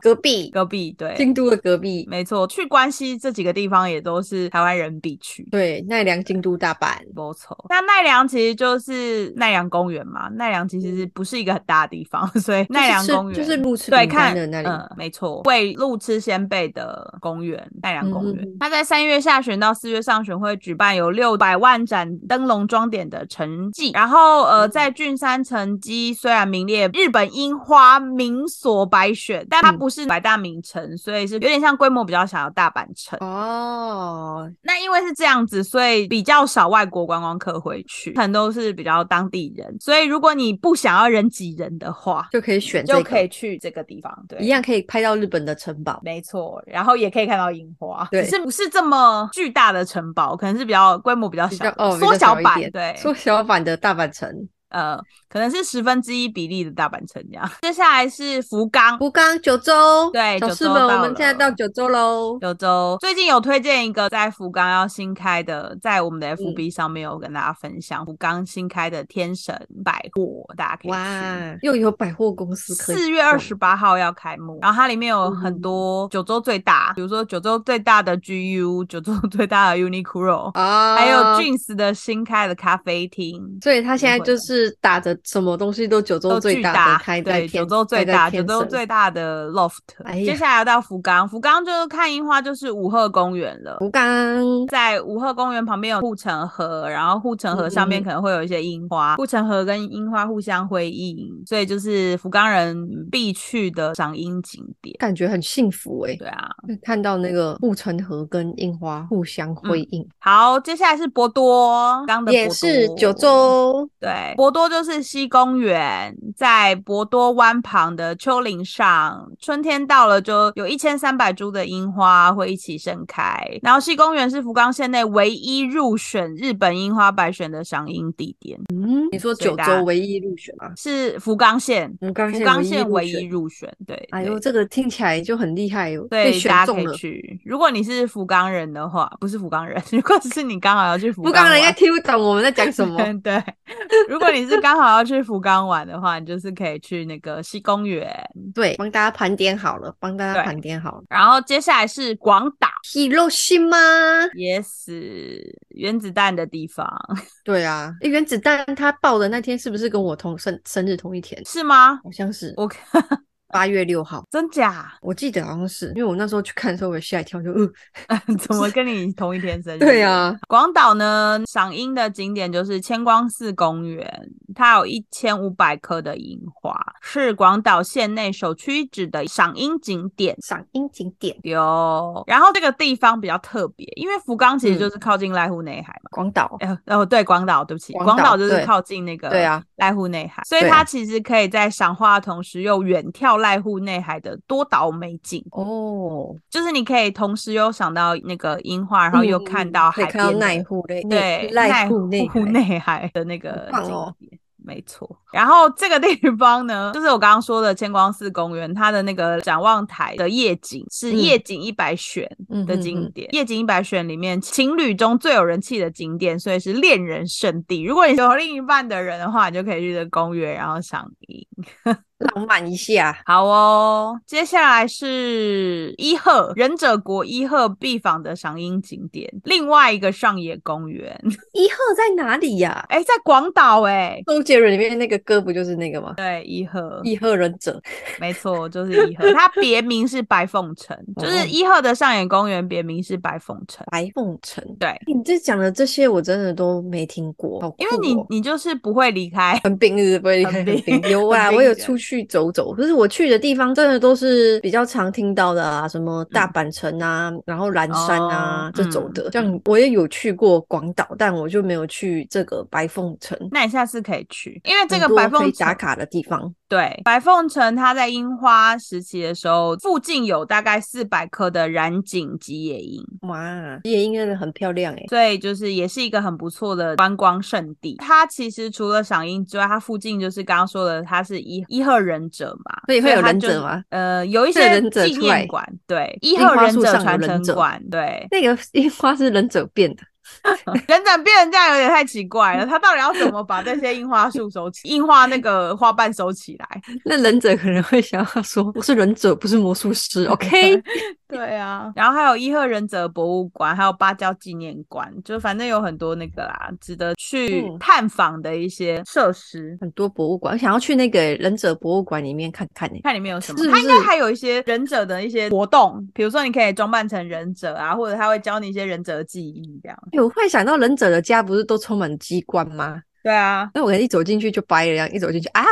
S1: 隔壁
S2: 隔壁，对，
S1: 京都的隔壁，
S2: 没错，去关西这几个地方也都是台湾人必去。
S1: 对，奈良京都大阪。
S2: 没错，那奈良其实就是奈良公园嘛，奈良其实是不是一个很大的地方， 所以奈良
S1: 嗯就是吃
S2: 公园
S1: 就是路痴
S2: 对，
S1: 饼
S2: 看
S1: 干的那里，
S2: 嗯，没错，为路痴先辈的公园——奈良公园
S1: 嗯嗯，
S2: 它在三月下旬到四月上旬会举办有六百万盏灯笼装点的城祭。然后，呃，
S1: 嗯
S2: 在郡山城基虽然名列日本樱花名所百选，但它
S1: 嗯
S2: 不是百大名城，所以是有点像规模比较小的大阪城。
S1: 哦，
S2: 那因为是这样子，所以比较少外国观光客回去，可能都是比较当地人。所以，如果你不想要人挤人的话，
S1: 就可以选
S2: 就
S1: 这
S2: 可以
S1: 个，
S2: 去这个地方，对，
S1: 一样可以拍到日本的城堡。
S2: 没错，然后也可以看到樱花，
S1: 对
S2: 只是不是这么巨大的城堡，可能是比较规模比较
S1: 比
S2: 小
S1: 较
S2: 的，
S1: 哦，比
S2: 缩
S1: 较
S2: 小
S1: 一
S2: 版，
S1: 点
S2: 对，
S1: 缩小版的大阪城。
S2: 呃，可能是十分之一比例的大阪城这样。接下来是福冈。
S1: 福冈、九州，
S2: 对
S1: 小
S2: 九
S1: 师
S2: 州
S1: 们，我
S2: 到
S1: 们现在
S2: 了
S1: 到九州喽。
S2: 九州最 近有推荐一个在福冈要新开的，在我们
S1: 嗯
S2: 的 FB 上面有跟大家分享、福冈新开的天神百货，大家可以去。
S1: 哇，又有百货公司可以。嗯
S2: 四月二十，八号要开幕，然后它里面有很多九州最大，比如说九州最大的 GU，九州最大的 Uniqlo，、
S1: 啊，
S2: 还有 Jeans 的新开的咖啡厅。
S1: 所以他现在
S2: 也会
S1: 就
S2: 的
S1: 是打着什么东西都九州
S2: 都
S1: 最
S2: 巨
S1: 大的开在
S2: 对，
S1: 天
S2: 九州最
S1: 开在
S2: 大，九
S1: 天
S2: 州
S1: 神
S2: 最大的 loft。
S1: 哎呀
S2: 接下来到福冈，福冈就是看樱花，就是五鹤公园了。
S1: 福冈，
S2: 在五鹤公园旁边有护城河，然后护城河上面
S1: 嗯
S2: 可能会有一些樱花，护、城河跟樱花互相辉映，所以就是福冈人必去的赏樱景点。
S1: 感觉很幸福哎、
S2: 对啊，
S1: 看到那个护城河跟樱花互相辉映，
S2: 好，接下来是博多，刚的博多
S1: 也是九。州。
S2: 对，博多就是西公园，在博多湾旁的丘陵上，春天到了就有一千三百株的樱花会一起盛开。然后西公园是福冈县内唯一入选日本樱花百选的赏樱地点，
S1: 嗯，你说
S2: 最
S1: 九
S2: 大
S1: 州唯一入选吗？
S2: 是福冈县，
S1: 福冈
S2: 福冈县
S1: 县
S2: 唯
S1: 唯
S2: 一
S1: 一入选。
S2: 入选。对，
S1: 哎呦，
S2: 对。
S1: 这个听起来就很厉害哦，被
S2: 对，
S1: 选
S2: 大家可
S1: 中
S2: 以
S1: 了。
S2: 去。如果你是福冈人的话，不是福冈人， 如果是你刚好要去福
S1: 福冈人应
S2: 玩
S1: 该听不懂我们在讲什么。
S2: 嗯， 对，如果你是刚好要去福冈玩的话，你就是可以去那个西公园，
S1: 对，帮大家盘点好了，帮大
S2: 对
S1: 家盘点好了。
S2: 然后接下来是广岛，
S1: Hiroshima，
S2: 也是原子弹的地方，
S1: 对啊，诶原子弹它爆的那天是不是跟我同生生日同一天？
S2: 是吗？
S1: 好像是
S2: 我
S1: 八月六号，
S2: 真假？
S1: 我记得好像是，因为我那时候去看的时候，我吓一跳就，嗯，
S2: 怎么跟你同一天生 日？
S1: 对啊，
S2: 广岛呢，赏樱的景点就是千光寺公园，它有一千五百棵的樱花，是广岛县内首屈一指的赏樱景点。
S1: 赏樱景点
S2: 有，然后这个地方比较特别，因为福冈其实
S1: 嗯
S2: 就是靠近濑户内海嘛。
S1: 广岛，
S2: 哎、哦，对，广岛，对不起，
S1: 广
S2: 广岛
S1: 岛
S2: 就是
S1: 对
S2: 靠近那个
S1: 对啊，
S2: 濑户内海，所以
S1: 对
S2: 它
S1: 啊
S2: 其实可以在赏花的同时，又远眺濑户内海的多岛美景，
S1: 哦，
S2: 就是你可以同时又赏到那个樱花，然后又看到
S1: 嗯可以
S2: 海
S1: 看到
S2: 边的
S1: 奈户内，
S2: 对
S1: 奈
S2: 户
S1: 户内海，
S2: 内海的那个
S1: 好棒
S2: 景
S1: 哦
S2: 点。没错。然后这个地方呢，就是我刚刚说的千光寺公园，它的那个展望台的夜景是
S1: 嗯
S2: 夜景一百选
S1: 嗯
S2: 的
S1: 嗯
S2: 景
S1: 嗯
S2: 点，夜景一百选里面情侣中最有人气的景点，所以是恋人圣地。如果你有另一半的人的话，你就可以去这公园，然后赏樱。
S1: 浪漫一下。
S2: 好哦，接下来是伊贺忍者国伊贺必访的赏樱景点，另外一个上野公园。
S1: 一号在哪里呀、
S2: 哎、在广岛哎、
S1: 周杰伦里面那个歌不就是那个吗？
S2: 对，伊贺，
S1: 一号忍者，
S2: 没错，就是伊贺，它别名是白凤城，就是
S1: 哦
S2: 伊贺的上野公园别名是白凤城。
S1: 白凤城。
S2: 对，
S1: 你这讲的这些我真的都没听过，好酷
S2: 因为你
S1: 哦
S2: 你就是不会离开，
S1: 很冰日不会离开
S2: 很
S1: 很
S2: 冰
S1: 冰，有啊，
S2: 很冰
S1: 我有
S2: 的
S1: 出去走走，可是我去的地方真的都是比较常听到的啊，什么大阪城啊，然后岚山啊、
S2: 嗯哦
S1: 这种
S2: 嗯
S1: 的。
S2: 嗯
S1: 像我也有去过广岛，但我就没有去这个白凤城，
S2: 那你下次可以去，因为这个
S1: 很多
S2: 白
S1: 可
S2: 凤
S1: 以打
S2: 城
S1: 卡的地方。
S2: 对，白凤城它在樱花时期的时候，附近有大概四百棵的染井吉野樱，
S1: 哇，夜莺真的很漂亮哎、
S2: 所以就是也是一个很不错的观光胜地。它其实除了赏樱之外，它附近就是刚刚说的，它是伊伊贺忍者嘛，
S1: 所以会有
S2: 它
S1: 忍
S2: 就是
S1: 者吗
S2: 呃，有一
S1: 会有
S2: 些
S1: 忍者
S2: 纪
S1: 出
S2: 念
S1: 来
S2: 馆，对，伊
S1: 樱
S2: 贺
S1: 花
S2: 忍
S1: 树
S2: 者
S1: 上有
S2: 传
S1: 忍
S2: 承
S1: 者
S2: 馆，对，
S1: 那个樱花是忍者变的，
S2: 忍者变成这样有点太奇怪了。他到底要怎么把这些樱花树收起，樱花那个花瓣收起来？
S1: 那忍者可能会想要说，嗯我是忍者，不是魔术 师，OK？
S2: 对啊，然后还有伊贺忍者博物馆，还有芭蕉纪念馆，就反正有很多那个啦，值得去
S1: 嗯
S2: 探访的一些设施。
S1: 很多博物馆，我想要去那个忍者博物馆里面看看呢、
S2: 看里面有什么，
S1: 是不
S2: 它应该
S1: 是
S2: 还有一些忍者的一些活动，比如说你可以装扮成忍者啊，或者他会教你一些忍者的技艺这样。
S1: 欸我忽然想到，忍者的家不是都充满机关吗？
S2: 对啊，
S1: 那我可能一走进去就掰了，这样一走进去啊，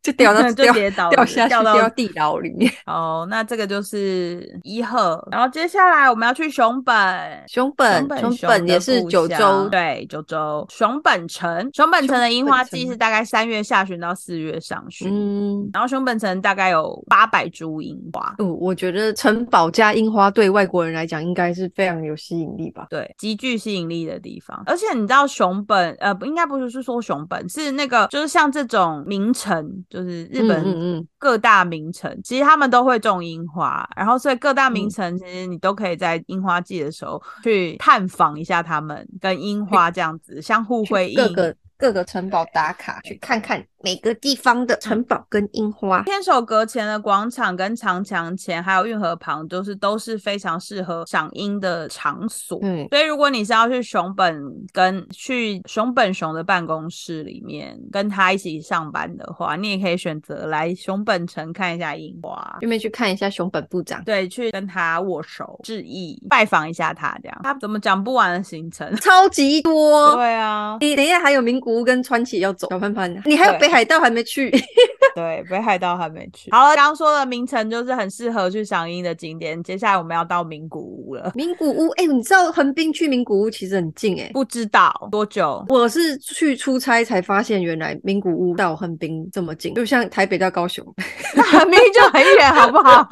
S1: 就掉到
S2: 就
S1: 掉
S2: 跌倒
S1: 掉
S2: 了
S1: 下去，
S2: 掉
S1: 掉
S2: 到
S1: 到地牢里面。
S2: 哦，那这个就是伊贺，然后接下来我们要去熊本。
S1: 熊本，
S2: 本
S1: 熊
S2: 熊
S1: 本
S2: 的
S1: 也是
S2: 故
S1: 九
S2: 乡
S1: 州，
S2: 对，九州熊本城，熊本城的
S1: 熊
S2: 樱
S1: 本
S2: 花季
S1: 城
S2: 是大概三月下旬到四月上旬，
S1: 嗯，
S2: 然后熊本城大概有八百株樱花，
S1: 哦，我觉得城堡加樱花对外国人来讲应该是非常有吸引力吧。
S2: 对，极具吸引力的地方。而且你知道熊本，呃，不应该不是是说熊本，是那个就是像这种名城，就是日
S1: 嗯
S2: 本
S1: 嗯嗯，
S2: 各大名城，其实他们都会种樱花，然后所以各大名
S1: 嗯
S2: 城其实你都可以在樱花季的时候去探访一下他们，跟樱花这样子相互
S1: 去
S2: 辉映。
S1: 各个各个城堡打卡，去看看每个地方的城堡跟樱花。
S2: 天守阁前的广场、跟长墙前，还有运河旁，就是都是非常适合赏樱的场所。
S1: 嗯，
S2: 所以，如果你是要去熊本跟去熊本熊的办公室里面跟他一起上班的话，你也可以选择来熊本城看一下樱花，
S1: 顺便去看一下熊本部长，
S2: 对，去跟他握手致意，拜访一下他，这样他怎么讲不完的行程？
S1: 超级多。
S2: 对啊，
S1: 你等一下还有名古屋跟川崎要走，小潘潘，啊你还有
S2: 对
S1: 北海道还没 去，
S2: 对，北海道还没去。好了，刚刚说的名城就是很适合去赏樱的景点，接下来我们要到名古屋了。
S1: 名古屋，哎、你知道横滨去名古屋其实很近哎、
S2: 不知道多久。
S1: 我是去出差才发现，原来名古屋到横滨这么近，就像台北到高雄，
S2: 那明明就很远，好不 好？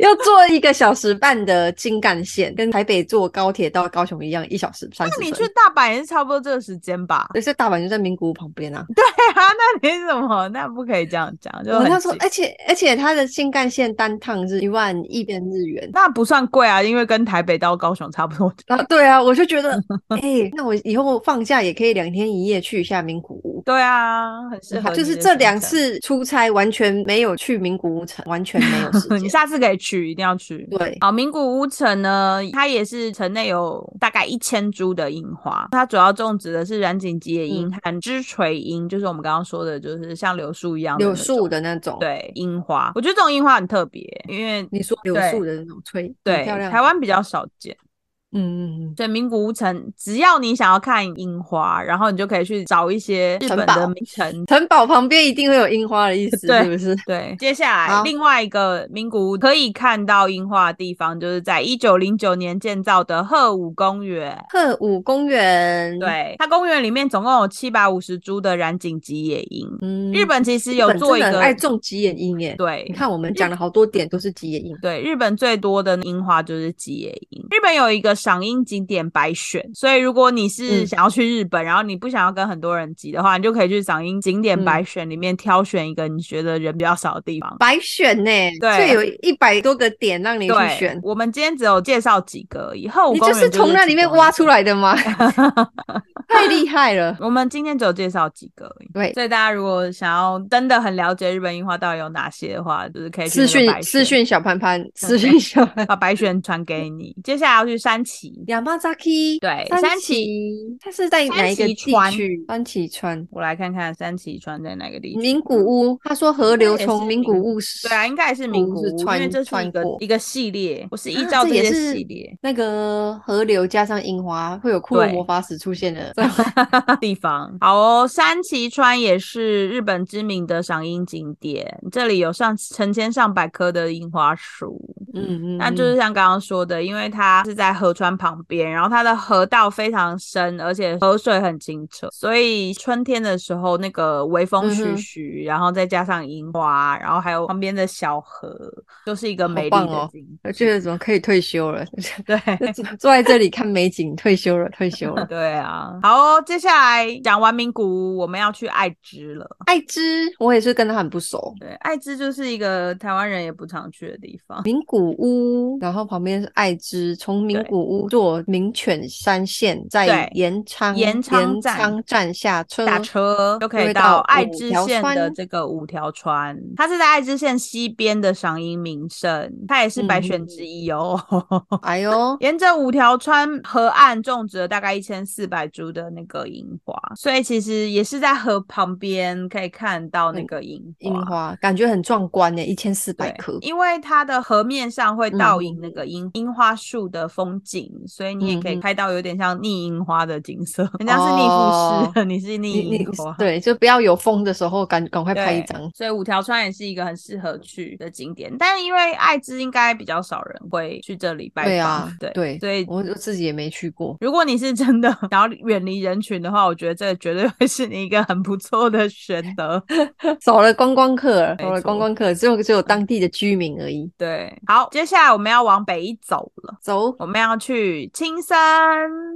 S1: 要坐一个小时半的京干线，跟台北坐高铁到高雄一样，一小时三十
S2: 那
S1: 分。
S2: 你去大阪也是差不多这个时间吧？
S1: 而且大阪就在名古屋旁边啊！
S2: 对啊， 那你怎么？那不可以这样讲，就
S1: 我
S2: 很
S1: 那时候，
S2: 近
S1: 而且而且它的新干线单趟是一万一边日元，
S2: 那不算贵啊，因为跟台北到高雄差不多。
S1: 啊，对啊，我就觉得，哎、那我以后放假也可以两天一夜去一下名古屋。
S2: 对啊，很 适合
S1: 好
S2: 你
S1: 就
S2: 的行程。
S1: 是这两次出差完全没有去名古屋城，完全没有时
S2: 你
S1: 间。
S2: 下次可以去，一定要去。
S1: 对，
S2: 好，名古屋城呢，它也是城内有大概一千株的樱花，它主要种植的是染井吉野
S1: 嗯
S2: 樱和枝垂樱，就是我们刚刚说的，就是像柳树一样的
S1: 柳
S2: 那种
S1: 树的那种，，
S2: 对樱花，我觉得这种樱花很特别，因为
S1: 你说柳
S2: 对
S1: 树的那种吹，很
S2: 对
S1: 嗯漂亮。
S2: 台，湾比较少见。
S1: 嗯嗯
S2: 所以名古屋城，只要你想要看樱花，然后你就可以去找一些日
S1: 城
S2: 本
S1: 堡
S2: 的名城
S1: 嗯，。城堡旁边一定会有樱花的意思，
S2: 对
S1: 是不是？
S2: 对，接下来
S1: 好
S2: 另外一个名古屋可以看到樱花的地方，就是在一九零九年建造的鹤舞公园。
S1: 鹤舞公园，，
S2: 对，它公园里面总共有七百五十株的染井吉野樱。
S1: 嗯，
S2: 日本其实
S1: 日
S2: 有
S1: 本真
S2: 做一
S1: 的很
S2: 个
S1: 爱种吉野樱耶。
S2: 对
S1: 你看我们讲了好多点都是吉野樱，
S2: 对，日本最多的樱花就是吉野樱。日本有一个赏樱景点百选，所以如果你是
S1: 嗯
S2: 想要去日本，然后你不想要跟很多人挤的话，你就可以去赏樱景
S1: 嗯
S2: 点百选里面挑选一个你觉得人比较少的地方。
S1: 百选呢、
S2: 对
S1: 所以有一百多个点让你去
S2: 对
S1: 选，，
S2: 我们今天只有介绍几个而已，以后
S1: 你就是从那里面挖出。来的吗？太厉害 了！
S2: 我们今天只有介绍几个而已，
S1: 对
S2: 所以大家如果想要真的很了解日本樱花到底有哪些的话，就是可以
S1: 私
S2: 去那个
S1: 讯
S2: 百选嗯
S1: 私讯小潘潘，私讯小潘。
S2: 把白选传给你。接下来要去山崎，
S1: 亚麻扎 k
S2: 对山
S1: 山
S2: 崎
S1: 崎，它是在哪一个
S2: 山崎川
S1: 地区？山崎川。
S2: 我来看看山崎川在哪个地区。
S1: 名古屋，他说河流从
S2: 应
S1: 名
S2: 该也
S1: 古
S2: 是
S1: 屋市
S2: 对啊，应该也是名古
S1: 古是
S2: 屋，因
S1: 穿
S2: 为这是一
S1: 穿
S2: 个
S1: 过
S2: 一个系列，我是依
S1: 啊
S2: 照
S1: 这
S2: 这
S1: 也
S2: 些
S1: 是
S2: 系列
S1: 那个河流加上樱花，会有库洛
S2: 对
S1: 魔法使出现 的。
S2: 地方。好哦，山崎川也是日本知名的赏樱景点，这里有上成千上百棵的樱花树。
S1: 嗯嗯，
S2: 那就是
S1: 嗯
S2: 像刚刚说的，因为它是在河川旁边，然后它的河道非常深，而且河水很清澈，所以春天的时候那个微风徐
S1: 嗯哼
S2: 徐，然后再加上樱花，然后还有旁边的小河，就是一个美丽
S1: 棒
S2: 的
S1: 哦
S2: 景致。
S1: 我觉得怎么可以退休了？
S2: 对。。
S1: 坐坐在这里看美景，退休了，退休了
S2: 对啊，好哦，接下来讲完名古屋，我们要去爱知了。
S1: 爱知，我也是跟他很不熟。
S2: 对，爱知就是一个台湾人也不常去的地方。
S1: 名古屋，然后旁边是爱知，从名
S2: 对
S1: 古屋坐名犬山线，
S2: 对
S1: 在延昌
S2: 延昌站
S1: 昌站下车，
S2: 打车嗯就可
S1: 就
S2: 以
S1: 会
S2: 到
S1: 到
S2: 爱
S1: 五
S2: 知
S1: 条
S2: 县的
S1: 川
S2: 这个五条川，它是在爱知县西边的赏樱名胜，它也是
S1: 嗯
S2: 百选之一哦。
S1: 哎呦，
S2: 沿着五条川河岸种植了大概一千四百株的那个樱花，所以其实也是在河旁边可以看到那
S1: 嗯
S2: 个樱
S1: 樱花感觉很壮观呢，一千四百
S2: 对
S1: 棵。
S2: 因为它的河面上会倒
S1: 嗯
S2: 影那个樱樱花树的风景，所以你也可以
S1: 嗯嗯
S2: 拍到有点像逆樱花的景色。 人家是逆富士，你是逆
S1: 哦你你
S2: 樱花。
S1: 对，就不要有风的时候，赶赶快拍一
S2: 对
S1: 张。
S2: 所以五条川也是一个很适合去的景点，但是因为爱知应该比较少人会去这里拜访，
S1: 对啊，
S2: 对，
S1: 对，
S2: 所以
S1: 我我自己也没去过。
S2: 如果你是真的 想要远离人群的话，我觉得这绝对会是你一个很不错的选择。
S1: 少了观光客，
S2: 没
S1: 少了
S2: 错
S1: 观光客，只有只有当地的居民而已。
S2: 对，好，接下来我们要往北走了，
S1: 走
S2: 我们要去青森。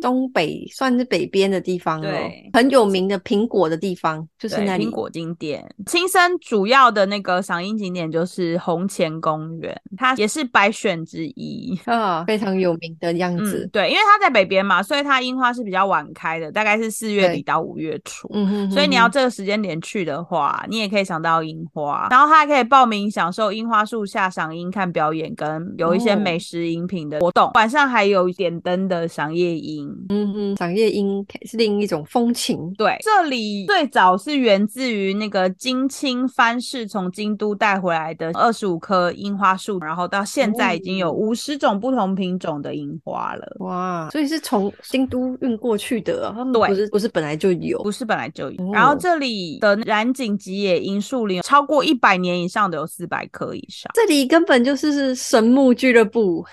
S1: 东北算是北边的地方了
S2: 对，
S1: 很有名的苹果的地方就是
S2: 对
S1: 那里
S2: 苹。果景点，青森主要的那个赏樱景点就是红前公园，它也是百选之一。
S1: 啊，非常有名的样
S2: 嗯
S1: 子，。
S2: 对，因为它在北边嘛，所以它樱花是比较晚开的，大概是四月底
S1: 对
S2: 到五月初。
S1: 嗯哼
S2: 所以你
S1: 哼
S2: 要
S1: 哼
S2: 这个时间点去的话，你也可以赏到樱花，然后它还可以报名享受樱花树下赏樱、看表演，跟有一些
S1: 哦
S2: 美食饮品的活动。晚上还有点灯的赏夜樱。
S1: 嗯哼，赏夜樱是另一种风情。
S2: 对，这里最早是源自于那个金青藩士从京都带回来的二十五棵樱花树，然后到现在已经有
S1: 哦
S2: 五十种不同品种的樱花了，
S1: 哇，所以是从京都运过去的啊，他们
S2: 对
S1: 不是不是本来就有
S2: 不是本来就有。然后
S1: 哦
S2: 这里的染井吉野樱树林有超过一百年以上的有四百棵以上，
S1: 这里根本就是是神木俱乐部，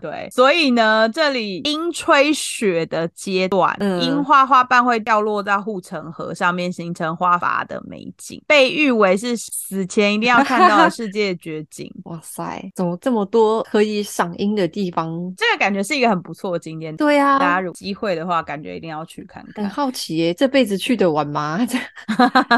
S2: 对，所以呢，这里樱吹雪的阶段，
S1: 嗯
S2: 樱花花瓣会掉落到护城河上面，形成花筏的美景，被誉为是死前一定要看到的世界绝景。
S1: 哇塞，怎么这么多可以赏樱的地方？
S2: 这个感觉是一个很不错的景点，
S1: 对
S2: 大家
S1: 啊，
S2: 如果有机会的话，感觉一定要去看
S1: 很
S2: 看。
S1: 好奇耶，这辈子去得完吗？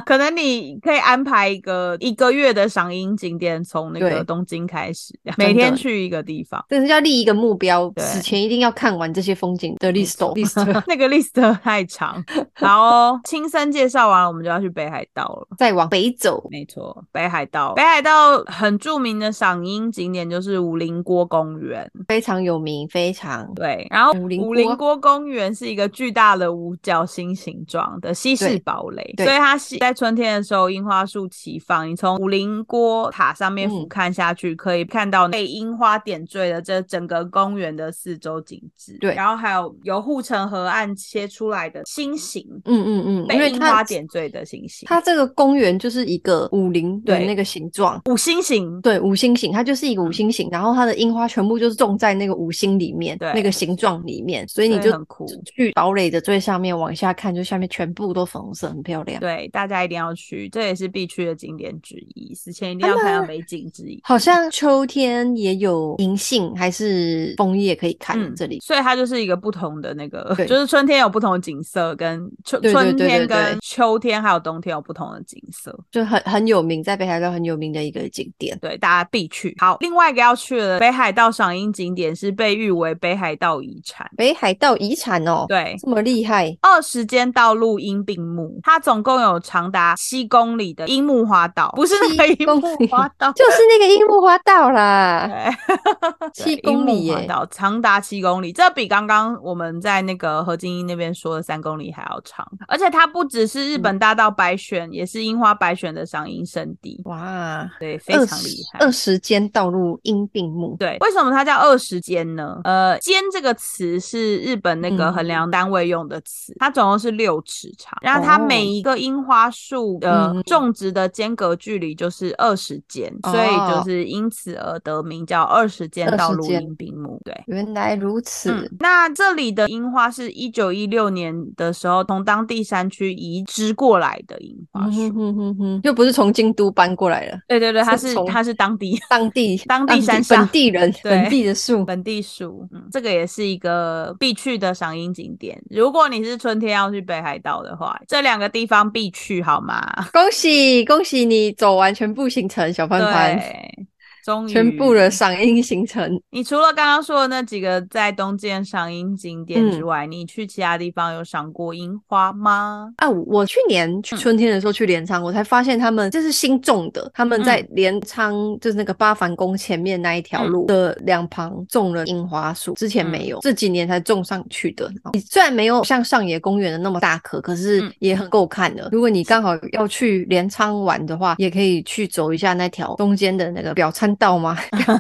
S2: 可能你可以安排一个一个月的赏樱景点，从那个
S1: 对
S2: 东京开始，
S1: 的
S2: 每天去一个地方。
S1: 但是要立一个目标
S2: 对，
S1: 死前一定要看完这些风景的 list 哦 list，
S2: 那个 list 太长，好哦，青森介绍完了，我们就要去北海道了。
S1: 再往北走，
S2: 没错，北海道，北海道很著名的赏樱景点就是五林郭公园。
S1: 非常有名，非常
S2: 对，然后
S1: 武林
S2: 武
S1: 郭
S2: 林郭公园是一个巨大的五角星形状的西式
S1: 对
S2: 堡垒，所
S1: 对
S2: 以它是在春天的时候樱花树齐放，你从武林郭塔上面俯
S1: 嗯
S2: 瞰下去，可以看到被樱花点缀的这整个公园的四周景致。
S1: 对
S2: 然后还有由护城河岸切出来的星形，
S1: 嗯嗯嗯，因
S2: 被
S1: 为
S2: 樱花
S1: 它
S2: 点缀的星形，
S1: 它这个公园就是一个五菱的
S2: 对
S1: 那个形状。
S2: 五星形。嗯
S1: 对五星形，它就是一个五星形，然后它的樱花全部就是种在那个五星里里面，
S2: 对
S1: 那个形状里面，所以你
S2: 所以
S1: 就
S2: 很酷
S1: 去堡垒的最上面往下看，就下面全部都粉红色，很漂亮。
S2: 对，大家一定要去，这也是必去的景点之一，死前一定要看到美景之一。
S1: 好像秋天也有银杏还是枫叶可以看，
S2: 嗯
S1: 这里
S2: 所以它就是一个不同的那个
S1: 对，
S2: 就是春天有不同的景色，跟春
S1: 对对
S2: 春
S1: 对对
S2: 天
S1: 对
S2: 跟秋天还有冬天有不同的景色。
S1: 就很很有名，在北海道很有名的一个景点。
S2: 对，大家必去。好，另外一个要去的北海道赏樱景点是被誉为北海道遗产。
S1: 北海道遗产哦，
S2: 对，
S1: 这么厉害，
S2: 二十间道路樱并木，它总共有长达七公里的樱木花道，不是那个
S1: 七
S2: 樱
S1: 公
S2: 木
S1: 里
S2: 花道，
S1: 就是那个樱木花道啦，
S2: 对
S1: 七
S2: 对
S1: 公里
S2: 樱木花
S1: 耶
S2: 道长达七公里，这比刚刚我们在那个何静英那边说的三公里还要长。而且它不只是日本大道白选，也是樱花白选的赏樱圣地，
S1: 哇，
S2: 对，非
S1: 二
S2: 常
S1: 十
S2: 厉害。
S1: 二十间道路因并木，
S2: 对，为什么它叫二十间呢？呃，间这个词是日本那个
S1: 嗯
S2: 衡量单位用的词，它总共是六尺长，然后它
S1: 哦
S2: 每一个樱花树的、
S1: 嗯嗯
S2: 种植的间隔距离就是二十间，所以
S1: 哦
S2: 就是因此而得名叫二十间
S1: 20
S2: 道路
S1: 间
S2: 樱并木。对。
S1: 原来如此，
S2: 嗯，那这里的樱花是一九一六年的时候从当地山区移植过来的樱花
S1: 嗯
S2: 树。
S1: 哼哼哼哼，又不是从京都搬过来了，
S2: 对对对，它
S1: 是
S2: 是
S1: 从
S2: 它是当地
S1: 当地
S2: 当地山上
S1: 本地人
S2: 对
S1: 本地的树，
S2: 本地树，嗯，这个也是一个必去的赏樱景点。如果你是春天要去北海道的话，这两个地方必去，好吗？
S1: 恭喜恭喜你走完全部行程，小潘潘。
S2: 对，终于
S1: 全部的赏樱行程，
S2: 你除了刚刚说的那几个在东京的赏樱景点
S1: 嗯
S2: 之外，你去其他地方有赏过樱花吗？
S1: 啊，我去年去
S2: 嗯
S1: 春天的时候去镰仓，我才发现他们这是新种的，他们
S2: 嗯
S1: 在镰仓就是那个八幡宫前面那一条路的两旁种了樱花树，之前
S2: 嗯
S1: 没有，这几年才种上去的。然后虽然没有像上野公园的那么大棵，可是
S2: 嗯
S1: 也很够看的。如果你刚好要去镰仓玩的话，也可以去走一下那条中间的那个表参道吗？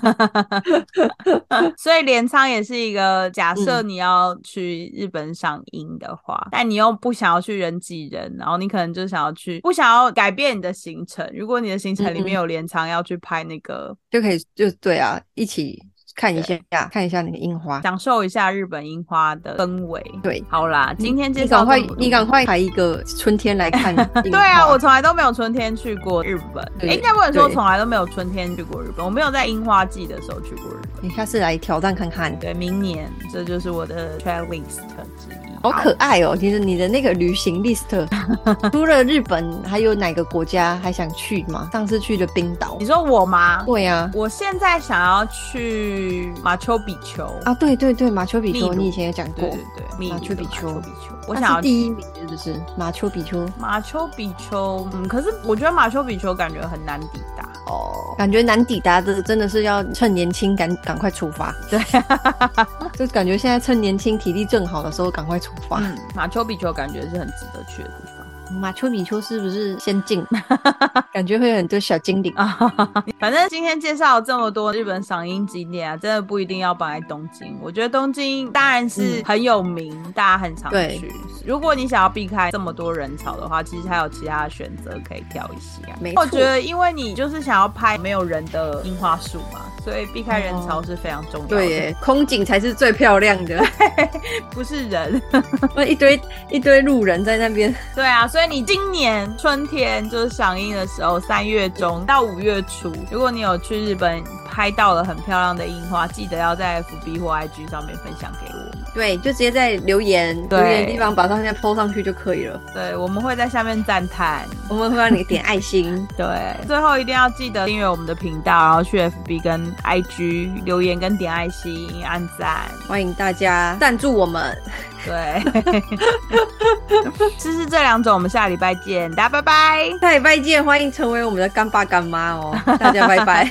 S2: 所以镰仓也是一个假设
S1: 嗯
S2: 你要去日本赏樱的话，但你又不想要去人挤人，然后你可能就想要去不想要改变你的行程。如果你的行程里
S1: 嗯嗯
S2: 面有镰仓要去拍那个，
S1: 就可以就对啊，一起看一下看一下那个樱花。
S2: 享受一下日本樱花的氛围。
S1: 对，嗯
S2: 好啦，今天介
S1: 你
S2: 绍
S1: 赶快
S2: 这么，多
S1: 你赶快排一个春天来看樱花。
S2: 对啊，我从来都没有春天去过日本。
S1: 对
S2: 诶应该不能说
S1: 对
S2: 从来都没有春天去过日本，我没有在樱花季的时候去过日本。
S1: 你下次来挑战看看，
S2: 对，明年这就是我的 travel list 之一。
S1: 好可爱哦！其实你的那个旅行 list，除了日本，还有哪个国家还想去吗？上次去的冰岛
S2: 你，说我吗？
S1: 对啊呀、
S2: 我现在想要去马丘比丘
S1: 啊，，对对对，马丘比丘，
S2: 秘鲁
S1: 你以前也讲过
S2: 对，对对，秘鲁
S1: 马丘比丘
S2: 的马丘比丘，我
S1: 它
S2: 想要哦
S1: 是
S2: 去。
S1: 第一名是不是？马丘比丘
S2: 马丘比丘，嗯，可是我觉得马丘比丘感觉很难抵达，
S1: 哦，感觉难抵达的，真的是要趁年轻赶赶快出发，
S2: 对，
S1: 就感觉现在趁年轻体力正好的时候赶快出发。
S2: 嗯，马丘比丘感觉是很值得去的地方。
S1: 马丘比丘是不是先 进？感觉会有很多小精灵。
S2: 啊，哈哈哈反正今天介绍了这么多日本赏樱景点啊，真的不一定要绑在东京。我觉得东京当然是很有名，大家很常
S1: 嗯对
S2: 去。如果你想要避开这么多人潮的话，其实还有其他的选择可以挑一下。
S1: 没
S2: 我
S1: 错
S2: 觉得因为你就是想要拍没有人的樱花树嘛，所以避开人潮是非常重要的。
S1: 哦对耶，空景才是最漂亮的。
S2: 不是人。
S1: 一堆一堆路人在那边，
S2: 对啊，所以你今年春天就是赏樱的时候，三月中到五月初，如果你有去日本拍到了很漂亮的樱花，记得要在 FB 或 IG 上面分享给我们。
S1: 对，就直接在留言
S2: 对
S1: 留言地方把照片 PO 上去就可以了。
S2: 对，我们会在下面赞叹。
S1: 我们会让你点爱 心，
S2: 对，最后一定要记得订阅我们的频道，然后去 FB 跟 IG 留言跟点爱心、按赞。
S1: 欢迎大家赞助我们，
S2: 对， 试试这两种，我们下礼拜见，大家拜拜。
S1: 下礼拜见，欢迎成为我们的干爸干妈哦，大家拜拜。